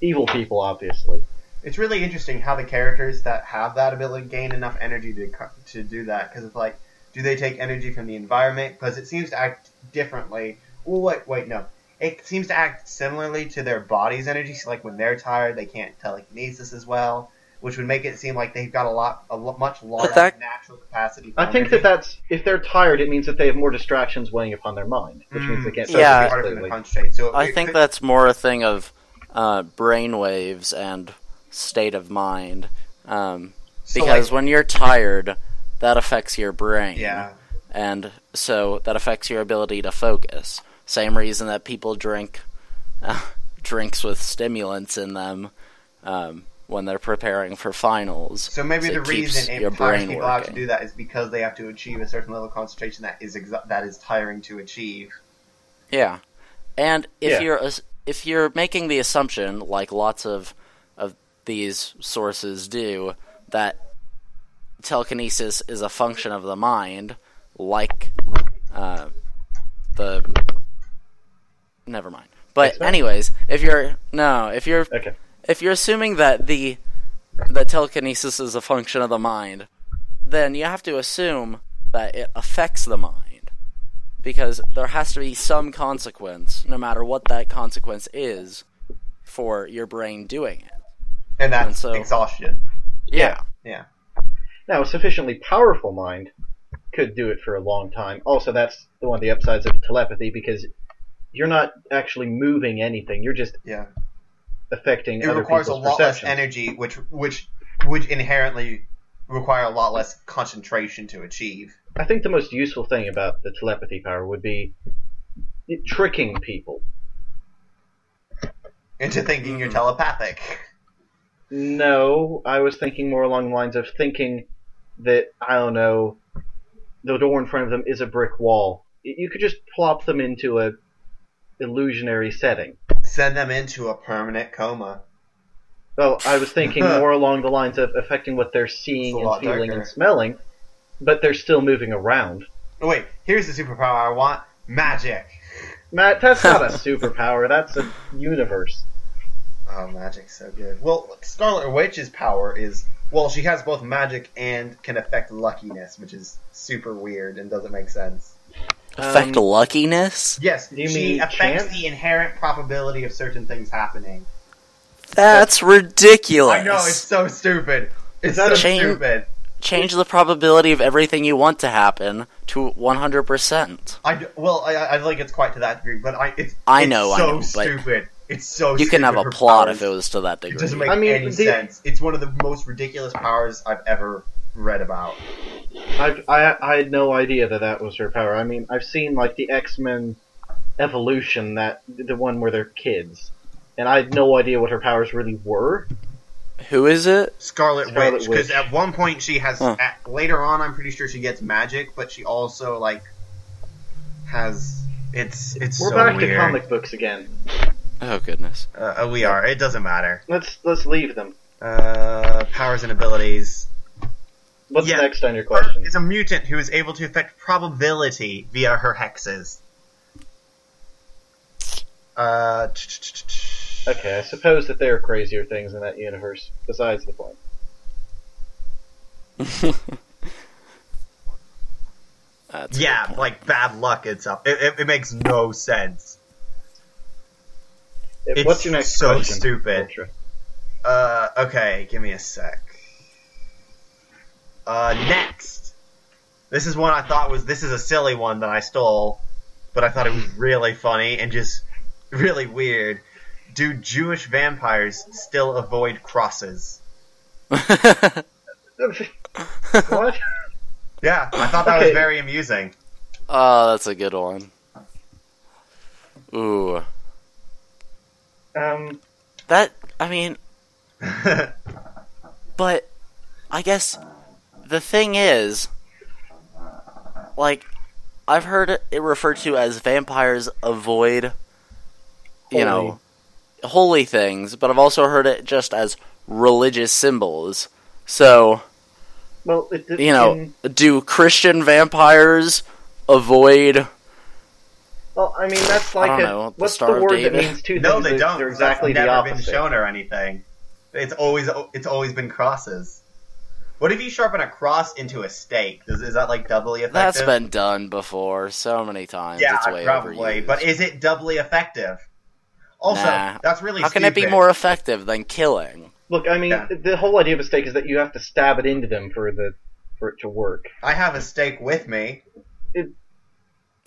Speaker 2: evil people, obviously.
Speaker 1: It's really interesting how the characters that have that ability gain enough energy to co- to do that because it's like, do they take energy from the environment? Because it seems to act differently. Well, wait, wait, no. It seems to act similarly to their body's energy. So, like when they're tired, they can't telekinesis as well, which would make it seem like they've got a lot, a lo- much larger
Speaker 3: that-
Speaker 1: natural capacity. For
Speaker 2: I think
Speaker 1: energy.
Speaker 2: that that's if they're tired, it means that they have more distractions weighing upon their mind, which means they can't.
Speaker 1: so
Speaker 3: Mm, Yeah.
Speaker 1: it's Mm. harder for them to concentrate. So
Speaker 3: I
Speaker 1: it
Speaker 3: think
Speaker 1: could-
Speaker 3: that's more a thing of uh, brain waves and state of mind. Um,
Speaker 1: so, like,
Speaker 3: because when you're tired, that affects your brain.
Speaker 1: yeah,
Speaker 3: And so that affects your ability to focus. Same reason that people drink uh, drinks with stimulants in them um, when they're preparing for finals.
Speaker 1: So maybe
Speaker 3: So it
Speaker 1: the
Speaker 3: keeps
Speaker 1: reason
Speaker 3: your
Speaker 1: it tires
Speaker 3: brain
Speaker 1: people out to
Speaker 3: working.
Speaker 1: do that is because they have to achieve a certain level of concentration that is exa- that is tiring to achieve.
Speaker 3: Yeah, and if
Speaker 2: Yeah.
Speaker 3: you're as- if you're making the assumption, like lots of of these sources do, that telekinesis is a function of the mind, like uh, the never mind. But
Speaker 2: Experiment?
Speaker 3: anyways, if you're no, if you're
Speaker 2: Okay.
Speaker 3: if you're assuming that the that telekinesis is a function of the mind, then you have to assume that it affects the mind because there has to be some consequence, no matter what that consequence is, for your brain doing it.
Speaker 1: And that's
Speaker 3: And so-
Speaker 1: exhaustion.
Speaker 3: Yeah,
Speaker 1: Yeah.
Speaker 2: Now, a sufficiently powerful mind could do it for a long time. Also, that's the one of the upsides of telepathy because you're not actually moving anything; you're just
Speaker 1: Yeah.
Speaker 2: affecting
Speaker 1: It
Speaker 2: other
Speaker 1: requires a
Speaker 2: people's
Speaker 1: lot less
Speaker 2: perception.
Speaker 1: energy which which would inherently require a lot less concentration to achieve.
Speaker 2: I think the most useful thing about the telepathy power would be it tricking people.
Speaker 1: Into thinking you're
Speaker 3: Mhm.
Speaker 2: Mm.
Speaker 1: telepathic.
Speaker 2: No, I was thinking more along the lines of thinking that I don't know the door in front of them is a brick wall. Y- You could just plop them into a illusionary setting.
Speaker 1: Send them into a permanent coma.
Speaker 2: Well, I was thinking more along the lines of affecting what they're seeing
Speaker 1: It's a
Speaker 2: and
Speaker 1: lot
Speaker 2: feeling
Speaker 1: darker.
Speaker 2: and smelling, but they're still moving around.
Speaker 1: Oh wait, here's the superpower I want. Magic.
Speaker 2: Matt, that's not a superpower. That's a universe.
Speaker 1: Oh, magic's so good. Well, Scarlet Witch's power is well, she has both magic and can affect luckiness, which is super weird and doesn't make sense.
Speaker 3: affect
Speaker 2: Um,
Speaker 3: luckiness.
Speaker 1: Yes,
Speaker 2: Do you
Speaker 1: she
Speaker 2: mean
Speaker 1: affects
Speaker 2: chance?
Speaker 1: the inherent probability of certain things happening.
Speaker 3: That's ridiculous.
Speaker 1: I know it's so stupid. It's
Speaker 2: that
Speaker 1: so
Speaker 2: a
Speaker 3: chain?
Speaker 1: stupid.
Speaker 3: Change the probability of everything you want to happen to one hundred percent.
Speaker 1: I d- well, I, I I don't think it's quite to that degree, but I it's
Speaker 3: I
Speaker 1: it's
Speaker 3: know, I
Speaker 1: so
Speaker 3: know, but-
Speaker 1: stupid. It's so
Speaker 3: You can
Speaker 1: stupid
Speaker 3: have a
Speaker 1: for
Speaker 3: plot
Speaker 1: powers.
Speaker 3: if it was to that
Speaker 1: It
Speaker 3: degree.
Speaker 1: doesn't make
Speaker 2: I mean,
Speaker 1: any
Speaker 2: the-
Speaker 1: sense. It's one of the most ridiculous powers I've ever read about.
Speaker 2: I, I I had no idea that that was her power. I mean, I've seen like the X Men evolution that the one where they're kids, and I had no idea what her powers really were.
Speaker 3: Who is it?
Speaker 1: Scarlet,
Speaker 2: Scarlet
Speaker 1: Witch, because
Speaker 2: Witch.
Speaker 1: at one point she has.
Speaker 3: Huh.
Speaker 1: At, later on, I'm pretty sure she gets magic, but she also like has. It's it's
Speaker 2: We're
Speaker 1: so
Speaker 2: back
Speaker 1: weird.
Speaker 2: to comic books again.
Speaker 3: Oh goodness.
Speaker 1: Uh, uh, we are. It doesn't matter.
Speaker 2: Let's let's leave them.
Speaker 1: Uh, powers and abilities.
Speaker 2: What's
Speaker 1: Yeah.
Speaker 2: next on your question?
Speaker 1: Is a mutant who is able to affect probability via her hexes. Uh,
Speaker 2: Okay, I suppose that there are crazier things in that universe besides the point.
Speaker 3: That's a good
Speaker 1: yeah,
Speaker 3: point.
Speaker 1: like bad luck itself. It, it, it makes no sense. It's
Speaker 2: What's your next
Speaker 1: so
Speaker 2: question?
Speaker 1: stupid.
Speaker 2: Ultra?
Speaker 1: Uh, okay, give me a sec. Uh, next. This is one I thought was this is a silly one that I stole, but I thought it was really funny and just really weird. Do Jewish vampires still avoid crosses?
Speaker 2: what?
Speaker 1: Yeah, I thought that was
Speaker 2: Okay.
Speaker 1: very amusing.
Speaker 3: oh, that's a good one. Ooh.
Speaker 2: Um,
Speaker 3: That I mean, but I guess the thing is like I've heard it- it referred to as vampires avoid you know holy things, but I've also heard it just as religious symbols. So,
Speaker 2: well, it, it-
Speaker 3: you know,
Speaker 2: in-
Speaker 3: do Christian vampires avoid
Speaker 2: well, I mean, that's like
Speaker 3: don't
Speaker 2: a,
Speaker 3: know, the
Speaker 2: what's
Speaker 3: Star
Speaker 2: the
Speaker 3: of
Speaker 2: word that
Speaker 3: David?
Speaker 2: means two
Speaker 1: no,
Speaker 2: things?
Speaker 1: they
Speaker 2: that-
Speaker 1: don't.
Speaker 2: They're exactly
Speaker 1: That's
Speaker 2: the
Speaker 1: never been
Speaker 2: opposite.
Speaker 1: shown or anything. It's always it's always been crosses. What if you sharpen a cross into a stake? Does, is that like doubly effective?
Speaker 3: That's been done before so many times.
Speaker 1: yeah,
Speaker 3: it's way
Speaker 1: probably.
Speaker 3: overused.
Speaker 1: But is it doubly effective? Also,
Speaker 3: Nah.
Speaker 1: that's really
Speaker 3: how can it be
Speaker 1: stupid.
Speaker 3: more effective than killing?
Speaker 2: Look, I mean,
Speaker 1: Yeah.
Speaker 2: the whole idea of a stake is that you have to stab it into them for the for it to work.
Speaker 1: I have a stake with me.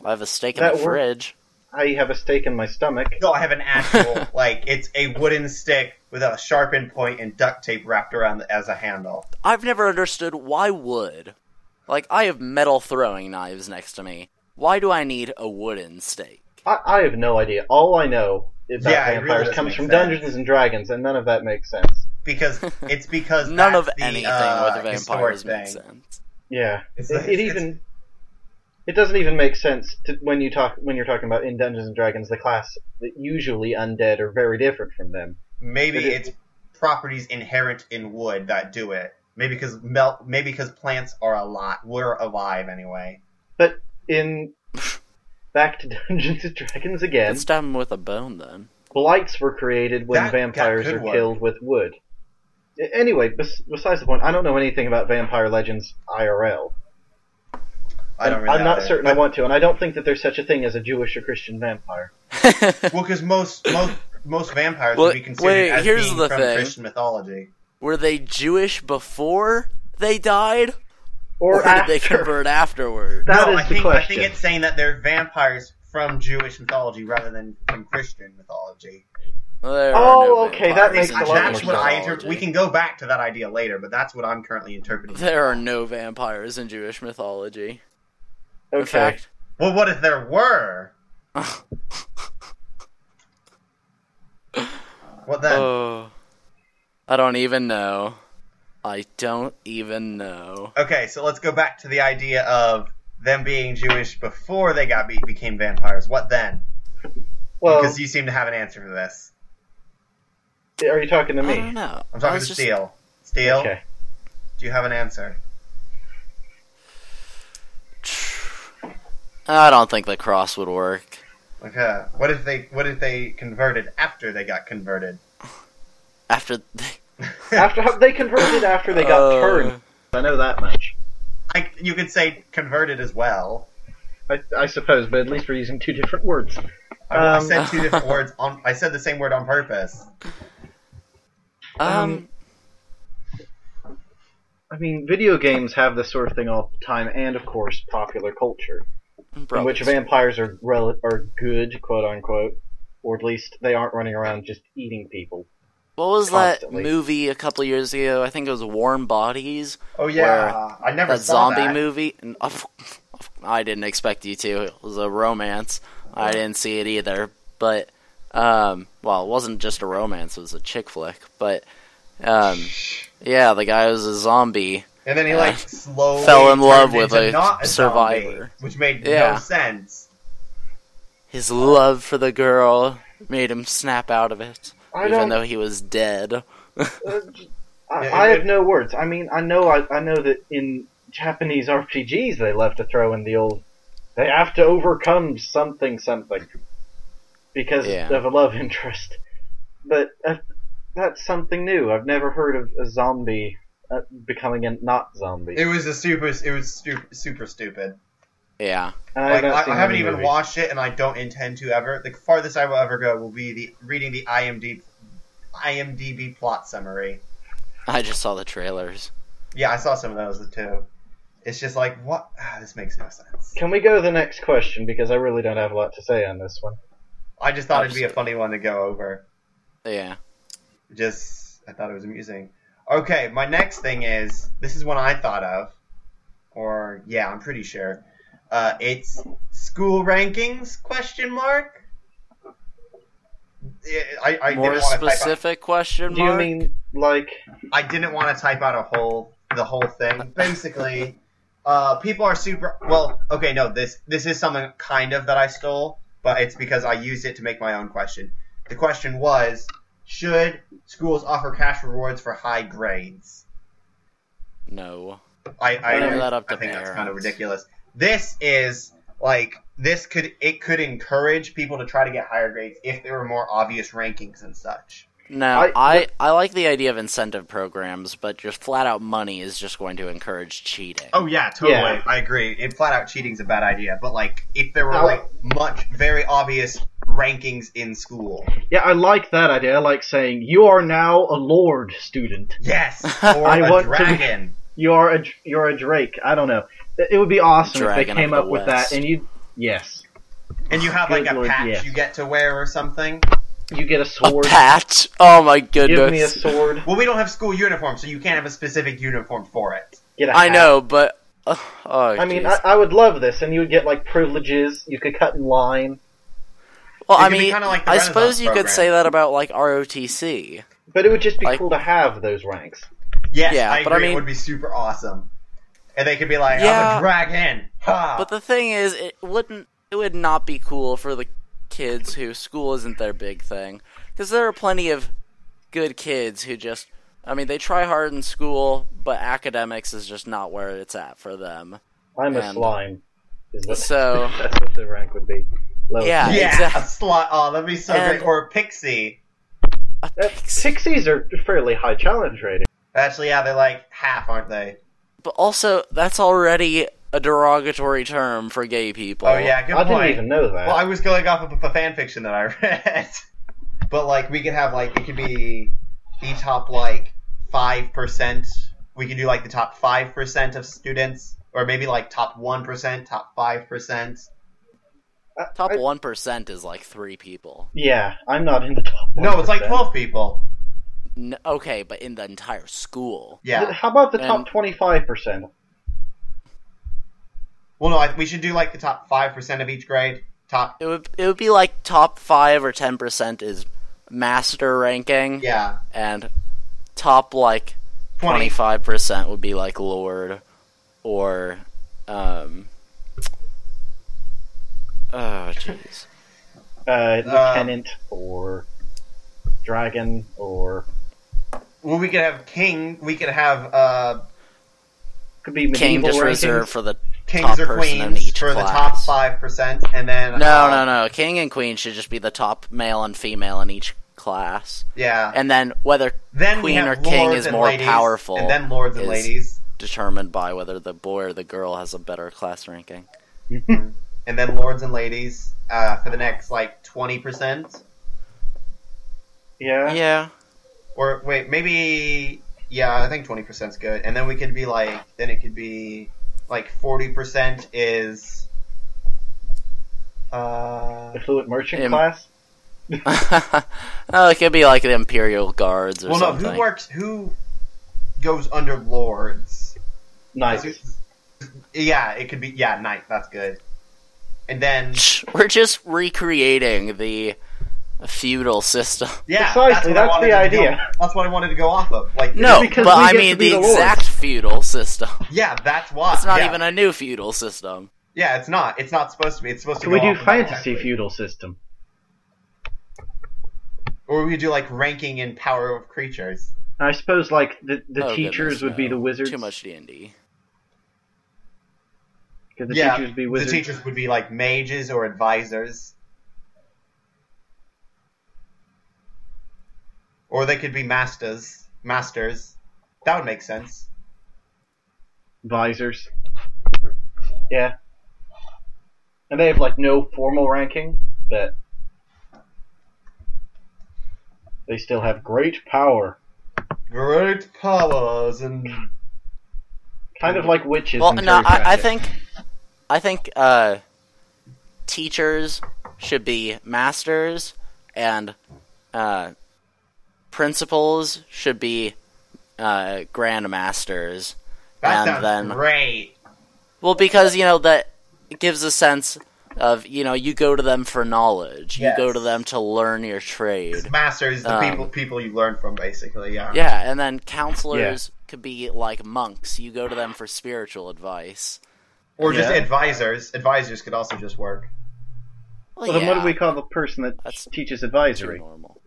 Speaker 3: I have a steak in
Speaker 2: That
Speaker 3: the
Speaker 2: work-
Speaker 3: fridge.
Speaker 2: I have a stake in my stomach.
Speaker 1: No, I have an actual like it's a wooden stick with a sharpened point and duct tape wrapped around the, as a handle.
Speaker 3: I've never understood why wood. Like I have metal throwing knives next to me. Why do I need a wooden stake?
Speaker 2: I, I have no idea. All I know about
Speaker 1: Yeah, it really
Speaker 2: vampires
Speaker 1: doesn't
Speaker 2: comes
Speaker 1: make
Speaker 2: from
Speaker 1: sense.
Speaker 2: Dungeons and Dragons, and none of that makes sense.
Speaker 1: Because it's because
Speaker 3: None
Speaker 1: that's
Speaker 3: of
Speaker 1: the,
Speaker 3: anything
Speaker 1: uh,
Speaker 3: with
Speaker 1: historic
Speaker 3: vampires makes
Speaker 1: thing.
Speaker 3: sense.
Speaker 2: Yeah,
Speaker 1: It's
Speaker 2: it,
Speaker 1: like-
Speaker 2: it
Speaker 1: it's-
Speaker 2: even it doesn't even make sense to, when you talk when you're talking about in Dungeons and Dragons the class that usually undead are very different from them.
Speaker 1: Maybe
Speaker 2: It is-
Speaker 1: it's properties inherent in wood that do it. Maybe because melt. Maybe because plants are alive. We're alive anyway.
Speaker 2: But in back to Dungeons and Dragons again,
Speaker 3: Let's stab him with a bone then.
Speaker 2: blights were created when
Speaker 1: That- that
Speaker 2: vampires
Speaker 1: could
Speaker 2: are
Speaker 1: work.
Speaker 2: killed with wood. A- Anyway, bes- besides the point, I don't know anything about Vampire Legends IRL.
Speaker 1: I don't. Really
Speaker 2: I'm not
Speaker 1: know.
Speaker 2: certain I
Speaker 1: But-
Speaker 2: want to, and I don't think that there's such a thing as a Jewish or Christian vampire.
Speaker 1: Well, because most most most vampires
Speaker 3: Well,
Speaker 1: would be considered
Speaker 3: wait,
Speaker 1: as
Speaker 3: here's
Speaker 1: being
Speaker 3: the
Speaker 1: from
Speaker 3: thing.
Speaker 1: Christian mythology.
Speaker 3: Were they Jewish before they died,
Speaker 2: Or,
Speaker 3: did they
Speaker 2: after.
Speaker 3: convert afterward?
Speaker 2: That
Speaker 1: no,
Speaker 2: is
Speaker 1: I
Speaker 2: the
Speaker 1: think I
Speaker 2: question.
Speaker 1: think it's saying that they're vampires from Jewish mythology rather than from Christian mythology.
Speaker 3: There are
Speaker 2: Oh,
Speaker 3: no
Speaker 2: okay, that
Speaker 3: vampires
Speaker 2: makes
Speaker 3: in
Speaker 2: a lot
Speaker 1: that's
Speaker 2: more
Speaker 3: Jewish
Speaker 1: what I
Speaker 3: mythology.
Speaker 1: inter- we can go back to that idea later, but that's what I'm currently interpreting.
Speaker 3: There are no vampires in Jewish mythology. In
Speaker 2: Okay.
Speaker 3: fact,
Speaker 1: Well, what if there were? What then?
Speaker 3: oh, I don't even know. I don't even know.
Speaker 1: Okay, so let's go back to the idea of them being Jewish before they got be- became vampires. What then?
Speaker 2: Well,
Speaker 1: because you seem to have an answer for this.
Speaker 2: are you talking to
Speaker 3: I
Speaker 2: me?
Speaker 3: don't know.
Speaker 1: I'm
Speaker 3: I
Speaker 1: talking
Speaker 3: was
Speaker 1: to
Speaker 3: just-
Speaker 1: Steele. Steele,
Speaker 2: Okay.
Speaker 1: do you have an answer?
Speaker 3: I don't think the cross would work.
Speaker 1: Okay. uh, What if they What if they converted after they got converted?
Speaker 3: After
Speaker 2: after they converted after they got
Speaker 3: Uh,
Speaker 2: turned. I know that much.
Speaker 1: I, you could say converted as well.
Speaker 2: I, I suppose, but at least we're using two different words.
Speaker 1: I, I
Speaker 2: Um.
Speaker 1: said two different words. On I said the same word on purpose.
Speaker 3: um,
Speaker 2: I mean, video games have this sort of thing all the time, and of course, popular culture.
Speaker 3: bro,
Speaker 2: in which vampires are rel- are good, quote unquote, or at least they aren't running around just eating people.
Speaker 3: What was
Speaker 2: Constantly.
Speaker 3: that movie a couple years ago? I think it was Warm Bodies,
Speaker 1: Oh yeah, I never
Speaker 3: that
Speaker 1: saw
Speaker 3: zombie
Speaker 1: that.
Speaker 3: movie. And, of- I didn't expect you to. It was a romance. I didn't see it either. But um, well, it wasn't just a romance. It was a chick flick. But um, yeah, the guy was a zombie.
Speaker 1: And then he
Speaker 3: Yeah.
Speaker 1: like slowly
Speaker 3: Fell in love
Speaker 1: turned
Speaker 3: with
Speaker 1: into
Speaker 3: a
Speaker 1: not
Speaker 3: survivor.
Speaker 1: zombie, which made
Speaker 3: Yeah.
Speaker 1: no sense.
Speaker 3: His love for the girl made him snap out of it,
Speaker 2: I
Speaker 3: even
Speaker 2: don't.
Speaker 3: though he was dead.
Speaker 2: uh, I,
Speaker 1: Yeah, it
Speaker 2: I have
Speaker 1: would-
Speaker 2: no words. I mean, I know, I, I know that in Japanese RPGs they love to throw in the old. They have to overcome something, something, because
Speaker 3: Yeah.
Speaker 2: of a love interest. But uh, that's something new. I've never heard of a zombie uh, becoming a not zombie,
Speaker 1: It was a super. It was super, super stupid.
Speaker 3: Yeah,
Speaker 2: and I,
Speaker 1: Like,
Speaker 2: have not
Speaker 1: I,
Speaker 2: seen
Speaker 1: I haven't
Speaker 2: any
Speaker 1: even
Speaker 2: movies.
Speaker 1: watched it, and I don't intend to ever. The farthest I will ever go will be the reading the IMDb IMDb plot summary.
Speaker 3: I just saw the trailers.
Speaker 1: Yeah, I saw some of those too. It's just like what? Ah, this makes no sense.
Speaker 2: Can we go to the next question because I really don't have a lot to say on this one.
Speaker 1: I just thought it'd be a funny one to go over.
Speaker 3: Yeah,
Speaker 1: just I thought it was amusing. Okay, my next thing is this is one I thought of, or yeah, I'm pretty sure. Uh, it's school rankings question mark. Yeah, I, I
Speaker 3: more
Speaker 1: didn't want to type out,
Speaker 3: specific question
Speaker 2: Do you
Speaker 3: mark.
Speaker 2: mean like
Speaker 1: I didn't want to type out a whole the whole thing. Basically, uh, people are super well. Okay, no this this is something kind of that I stole, but it's because I used it to make my own question. The question was: Should schools offer cash rewards for high grades?
Speaker 3: no.
Speaker 1: I, I,
Speaker 3: Leave that up
Speaker 1: I
Speaker 3: to
Speaker 1: think that's kind of
Speaker 3: parents.
Speaker 1: ridiculous. This is like this could it could encourage people to try to get higher grades if there were more obvious rankings and such.
Speaker 3: No,
Speaker 2: I-
Speaker 3: I, I, like the idea of incentive programs, but just flat out money is just going to encourage cheating.
Speaker 1: Oh yeah, totally.
Speaker 2: Yeah.
Speaker 1: I agree. And flat out cheating's a bad idea, but like if there were
Speaker 2: No.
Speaker 1: like much very obvious rankings in school.
Speaker 2: Yeah, I like that idea. I like saying, you are now a lord student.
Speaker 1: Yes, or
Speaker 2: I
Speaker 1: a
Speaker 2: want to-
Speaker 1: dragon.
Speaker 2: You are a, you're a drake. I don't know. It it would be awesome if they
Speaker 3: Dragon
Speaker 2: came
Speaker 3: of
Speaker 2: up
Speaker 3: the
Speaker 2: with
Speaker 3: West.
Speaker 2: that. And you, yes,
Speaker 1: And you have like
Speaker 2: Good
Speaker 1: a
Speaker 2: lord,
Speaker 1: patch
Speaker 2: yes.
Speaker 1: you get to wear or something.
Speaker 2: you get a
Speaker 3: a
Speaker 2: sword.
Speaker 3: patch! Oh my
Speaker 2: Give me a
Speaker 3: goodness!
Speaker 2: sword.
Speaker 1: Well, we don't have school uniforms, so you can't have a specific uniform for it.
Speaker 2: Get a
Speaker 3: I
Speaker 2: hat.
Speaker 3: know, but uh, oh,
Speaker 2: I mean,
Speaker 3: jeez.
Speaker 2: I, I would love this, and you would get like privileges. You could cut in line,
Speaker 3: well,
Speaker 1: it
Speaker 3: I
Speaker 1: could be
Speaker 3: mean,
Speaker 1: kinda like the
Speaker 3: I
Speaker 1: Renaissance
Speaker 3: suppose you could
Speaker 1: program.
Speaker 3: say that about like ROTC.
Speaker 2: but it would just be
Speaker 3: Like-
Speaker 2: cool to have those ranks.
Speaker 1: Yes,
Speaker 3: Yeah,
Speaker 1: I agree.
Speaker 3: but I
Speaker 1: it
Speaker 3: mean-
Speaker 1: would be super awesome. And they could be like, I'm
Speaker 3: Yeah.
Speaker 1: a dragon. Ha!
Speaker 3: But the thing is, it wouldn't. It would not be cool for the kids who school isn't their big thing, because there are plenty of good kids who just. I mean, they try hard in school, but academics is just not where it's at for them.
Speaker 2: I'm a
Speaker 3: And-
Speaker 2: slime. Is what,
Speaker 3: So-
Speaker 2: that's what the rank would be. Lowest.
Speaker 3: Yeah.
Speaker 1: yeah,
Speaker 3: exact-
Speaker 1: a slot. Oh, that'd be so
Speaker 3: And-
Speaker 1: great. Or a pixie.
Speaker 3: A
Speaker 2: Uh,
Speaker 3: pixie.
Speaker 2: Pixies are fairly high challenge rating.
Speaker 1: Actually, yeah, they're like half, aren't they? Oh,
Speaker 3: But also, that's already a derogatory term for gay people.
Speaker 1: Oh, yeah, good
Speaker 2: I
Speaker 1: point.
Speaker 2: didn't even know that.
Speaker 1: Well, I was going off of a fan fiction that I read. but like, we could have like it could be the top like five percent. We can do like the top five percent of students, or maybe like top one percent, top five percent.
Speaker 2: I-
Speaker 3: Top
Speaker 2: I-
Speaker 3: one percent is like three people.
Speaker 2: Yeah, I'm not in the top.
Speaker 1: No, it's like
Speaker 2: 1%.
Speaker 1: twelve people.
Speaker 3: N- okay, but in the entire school.
Speaker 1: Yeah.
Speaker 2: How about the top
Speaker 3: And-
Speaker 2: twenty-five percent?
Speaker 1: Well, no, I, we should do like the top five percent of each grade. Top.
Speaker 3: It would it would be like top five or ten percent is master ranking,
Speaker 1: Yeah.
Speaker 3: and top like
Speaker 1: 20.
Speaker 3: twenty five percent would be like lord or um. Oh jeez.
Speaker 2: Uh, lieutenant or dragon or
Speaker 1: Well, we could have king. We could have uh,
Speaker 2: could be
Speaker 3: King
Speaker 2: medieval
Speaker 3: just
Speaker 2: rankings.
Speaker 3: reserved for the
Speaker 1: kings
Speaker 3: Top
Speaker 1: or
Speaker 3: person in
Speaker 1: queens
Speaker 3: each
Speaker 1: for the top
Speaker 3: class.
Speaker 1: five percent, and then
Speaker 3: No,
Speaker 1: uh,
Speaker 3: no, no. King and queen should just be the top male and female in each class.
Speaker 1: yeah.
Speaker 3: And then whether
Speaker 1: then
Speaker 3: queen
Speaker 1: we have
Speaker 3: or king
Speaker 1: lords
Speaker 3: is
Speaker 1: and
Speaker 3: more
Speaker 1: ladies,
Speaker 3: powerful
Speaker 1: and then lords and
Speaker 3: is-
Speaker 1: ladies,
Speaker 3: determined by whether the boy or the girl has a better class ranking.
Speaker 1: and then lords and ladies uh, for the next like twenty percent,
Speaker 2: Yeah.
Speaker 3: Yeah.
Speaker 1: or wait, maybe yeah, I think twenty percent's good, and then we could be like, then it could be like forty percent is. Uh,
Speaker 2: The fluent merchant
Speaker 3: Im-
Speaker 2: class.
Speaker 3: oh, it could be like the Imperial Guards or
Speaker 1: well, no.
Speaker 3: something.
Speaker 1: Who works? Who goes under lords?
Speaker 2: Nice.
Speaker 1: Yeah, it could be. Yeah, knight. That's good. And then
Speaker 3: We're just recreating the feudal system.
Speaker 1: yeah,
Speaker 2: Precisely,
Speaker 1: what
Speaker 2: that's
Speaker 1: I wanted
Speaker 2: the
Speaker 1: to go-
Speaker 2: idea.
Speaker 1: that's what I wanted to go off of. Like
Speaker 3: No,
Speaker 2: because
Speaker 3: but
Speaker 2: we get
Speaker 3: I
Speaker 2: to
Speaker 3: mean
Speaker 2: be
Speaker 3: the
Speaker 2: the lords.
Speaker 3: exact feudal system.
Speaker 1: yeah, that's why.
Speaker 3: It's not
Speaker 1: yeah.
Speaker 3: even a new feudal system.
Speaker 1: Yeah, it's not. It's not supposed to be. It's supposed
Speaker 2: So
Speaker 1: to.
Speaker 2: we
Speaker 1: go
Speaker 2: do
Speaker 1: off of that,
Speaker 2: fantasy
Speaker 1: actually.
Speaker 2: feudal system.
Speaker 1: or we do like ranking in power of creatures.
Speaker 2: I suppose like the, the
Speaker 3: Oh,
Speaker 2: teachers
Speaker 3: goodness,
Speaker 2: would be
Speaker 3: no.
Speaker 2: the wizards.
Speaker 3: Too much D and D.
Speaker 2: Could the
Speaker 1: yeah,
Speaker 2: teachers be
Speaker 1: the
Speaker 2: wizards?
Speaker 1: teachers would be like mages or advisors, or they could be masters. Masters, that would make sense.
Speaker 2: Visors. Yeah. And they have like no formal ranking, but they still have great power.
Speaker 1: Great powers and
Speaker 2: Kind of like witches.
Speaker 3: Well,
Speaker 2: in
Speaker 3: no,
Speaker 2: fairy
Speaker 3: I, I
Speaker 2: Cratchit.
Speaker 3: think, I think uh, teachers should be masters, and uh, principals should be uh, grandmasters.
Speaker 1: that
Speaker 3: And
Speaker 1: sounds
Speaker 3: then-
Speaker 1: great.
Speaker 3: Well, because you know that gives a sense of you know you go to them for knowledge, you go
Speaker 1: Yes.
Speaker 3: to them to learn your trade.
Speaker 1: Masters, the
Speaker 3: Um,
Speaker 1: people people you learn from, basically. Yeah.
Speaker 3: Yeah, and then counselors could be like monks. You go to them for spiritual advice.
Speaker 1: Or just
Speaker 2: Yeah.
Speaker 1: advisors. Advisors could also just work.
Speaker 3: Well,
Speaker 2: Well, then what
Speaker 3: yeah,
Speaker 2: do we call the person that
Speaker 3: That's
Speaker 2: teaches
Speaker 3: too
Speaker 2: advisory?
Speaker 3: normal.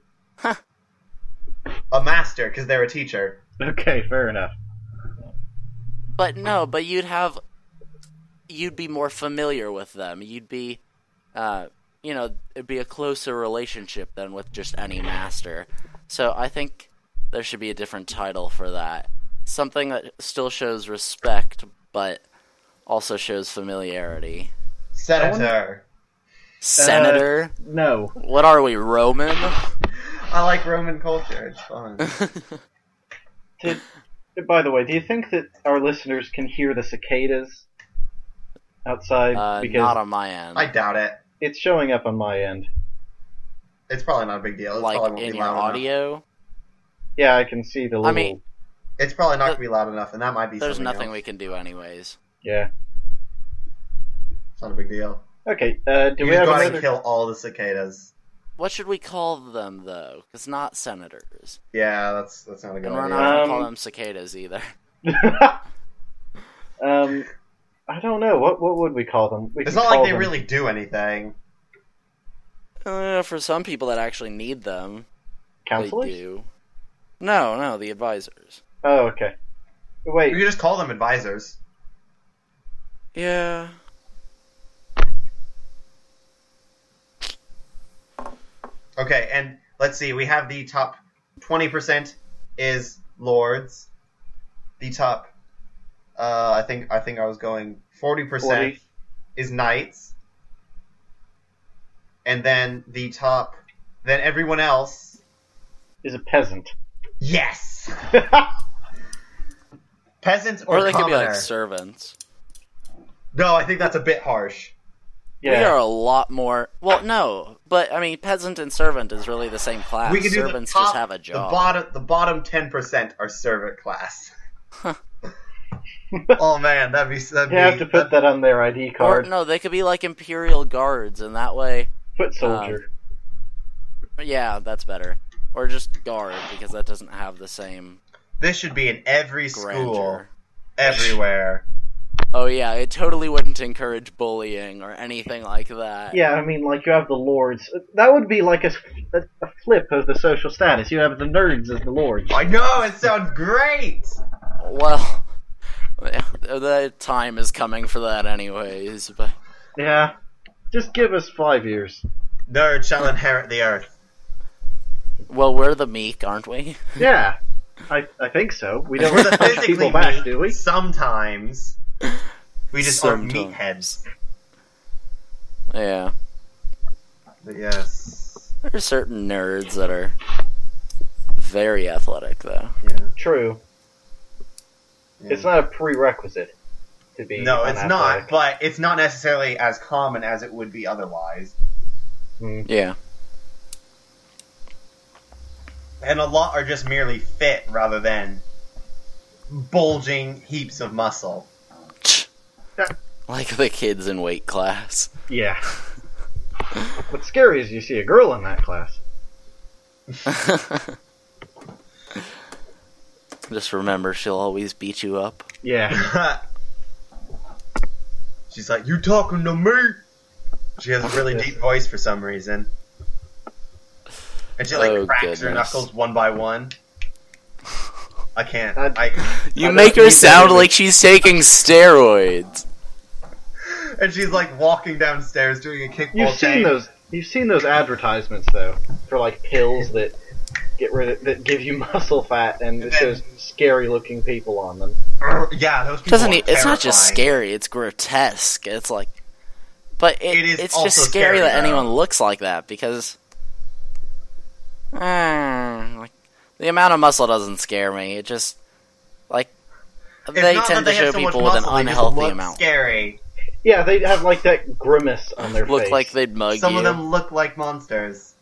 Speaker 1: A master, because they're a teacher.
Speaker 2: Okay, fair enough.
Speaker 3: But no, but you'd have you'd be more familiar with them. You'd be uh you know, it'd be a closer relationship than with just any master. So I think there should be a different title for that. Something that still shows respect but also shows familiarity.
Speaker 1: Senator.
Speaker 3: Senator?
Speaker 2: No.
Speaker 3: What are we, Roman?
Speaker 1: I like Roman culture. It's fun.
Speaker 2: Did, by the way, do you think that our listeners can hear the cicadas outside?
Speaker 3: Uh,
Speaker 2: because
Speaker 3: not on my end.
Speaker 1: I doubt it.
Speaker 2: it's showing up on my end.
Speaker 1: It's probably not a big deal. It's probably
Speaker 3: like
Speaker 1: won't
Speaker 3: in
Speaker 1: be
Speaker 3: your
Speaker 1: loud enough.
Speaker 3: audio.
Speaker 2: Yeah, I can see the little.
Speaker 3: I mean-
Speaker 1: It's probably not gonna be loud enough, and that might be.
Speaker 3: There's
Speaker 1: something
Speaker 3: nothing
Speaker 1: else.
Speaker 3: we can do anyways.
Speaker 2: yeah.
Speaker 1: It's not a big deal.
Speaker 2: Okay. Uh, do
Speaker 1: you
Speaker 2: we
Speaker 1: just
Speaker 2: have
Speaker 1: go out
Speaker 2: another?
Speaker 1: and kill all the cicadas.
Speaker 3: What should we call them though? Because not senators.
Speaker 1: Yeah, that's that's not a good
Speaker 3: And we're
Speaker 1: idea.
Speaker 3: not gonna
Speaker 2: Um,
Speaker 3: call them cicadas either.
Speaker 2: um, I don't know. What what would we call them? We
Speaker 1: It's
Speaker 2: could
Speaker 1: not like
Speaker 2: call
Speaker 1: they
Speaker 2: them-
Speaker 1: really do anything.
Speaker 3: Uh, for some people that actually need them,
Speaker 2: counselors.
Speaker 3: they do. No, no, the advisors.
Speaker 2: Oh, okay.
Speaker 1: You
Speaker 2: Wait.
Speaker 1: could just call them advisors.
Speaker 3: Yeah.
Speaker 1: Okay, and let's see. We have the top twenty percent is lords. The top, uh, I think I think I was going forty percent
Speaker 2: 40.
Speaker 1: is knights, and then the top, then everyone else.
Speaker 2: Is a peasant.
Speaker 1: Yes, peasants or,
Speaker 3: Or they could be
Speaker 1: commoner.
Speaker 3: like servants.
Speaker 1: no, I think that's a bit harsh.
Speaker 3: We are
Speaker 2: yeah.
Speaker 3: a lot more. Well, no, but I mean, peasant and servant is really the same class.
Speaker 1: we could do the
Speaker 3: Uh, Servants
Speaker 1: top,
Speaker 3: just have a job.
Speaker 1: the bottom, the bottom ten percent are servant class. oh man, that'd be that'd
Speaker 2: You have
Speaker 1: be
Speaker 2: to put that on their ID
Speaker 3: or
Speaker 2: card.
Speaker 3: no, they could be like imperial guards, and that way,
Speaker 2: Foot
Speaker 3: Um,
Speaker 2: soldier.
Speaker 3: yeah, that's better. Or just guard because that doesn't have the same
Speaker 1: This should be in every
Speaker 3: grandeur.
Speaker 1: school, everywhere.
Speaker 3: Oh yeah, it totally wouldn't encourage bullying or anything like that.
Speaker 2: yeah, I mean, like you have the lords. That would be like a, a, a flip of the social status. You have the nerds as the lords.
Speaker 1: I know it sounds great.
Speaker 3: Well, the time is coming for that, anyways. But
Speaker 2: Yeah. Just give us five years.
Speaker 1: Nerd shall inherit the earth.
Speaker 3: well, we're the meek, aren't we?
Speaker 2: Yeah. I, I think so. We don't
Speaker 1: We're the
Speaker 2: push people
Speaker 1: physically
Speaker 2: back,
Speaker 1: meek
Speaker 2: do we?
Speaker 1: sometimes. We just aren't
Speaker 3: Sometimes.
Speaker 1: meatheads.
Speaker 3: Yeah,
Speaker 1: But yes.
Speaker 3: there are certain nerds that are very athletic, though.
Speaker 1: Yeah.
Speaker 2: True.
Speaker 1: yeah.
Speaker 2: It's not a prerequisite to be.
Speaker 1: no, it's not,
Speaker 2: unathletic.
Speaker 1: but it's not necessarily as common as it would be otherwise.
Speaker 3: Yeah,
Speaker 1: and a lot are just merely fit rather than bulging heaps of muscle.
Speaker 3: Like the kids in weight class.
Speaker 2: Yeah. What's scary is you see a girl in that class.
Speaker 3: Just remember, she'll always beat you up.
Speaker 2: Yeah.
Speaker 1: She's like, "You talking to me?" She has a really deep voice for some reason, and she like
Speaker 3: Oh,
Speaker 1: cracks her
Speaker 3: goodness.
Speaker 1: knuckles one by one. I can't.
Speaker 2: That-
Speaker 1: I,
Speaker 3: You
Speaker 2: I
Speaker 3: make
Speaker 2: don't-
Speaker 3: her
Speaker 2: you said
Speaker 3: sound
Speaker 2: it was-
Speaker 3: like she's taking steroids.
Speaker 1: and she's like walking downstairs doing a kickball.
Speaker 2: You've seen
Speaker 1: change.
Speaker 2: those. You've seen those advertisements though for like pills that get rid of that give you muscle fat, and it shows scary looking people on them.
Speaker 1: Urgh, Yeah, those people.
Speaker 3: Doesn't
Speaker 1: are
Speaker 3: he, It's not just
Speaker 1: terrifying.
Speaker 3: scary. It's grotesque. It's like, but it,
Speaker 1: It is
Speaker 3: it's
Speaker 1: also
Speaker 3: just scary,
Speaker 1: scary,
Speaker 3: that
Speaker 1: though.
Speaker 3: anyone looks like that because, Mm, like the amount of muscle doesn't scare me. It just like they
Speaker 1: not
Speaker 3: tend
Speaker 1: that
Speaker 3: to
Speaker 1: have
Speaker 3: show
Speaker 1: so much
Speaker 3: people with an
Speaker 1: muscle, they just
Speaker 3: unhealthy
Speaker 1: look
Speaker 3: amount.
Speaker 1: Scary.
Speaker 2: Yeah, they have like that grimace on their
Speaker 3: Look
Speaker 2: face.
Speaker 3: like they'd mug
Speaker 1: Some
Speaker 3: you.
Speaker 1: of them look like monsters.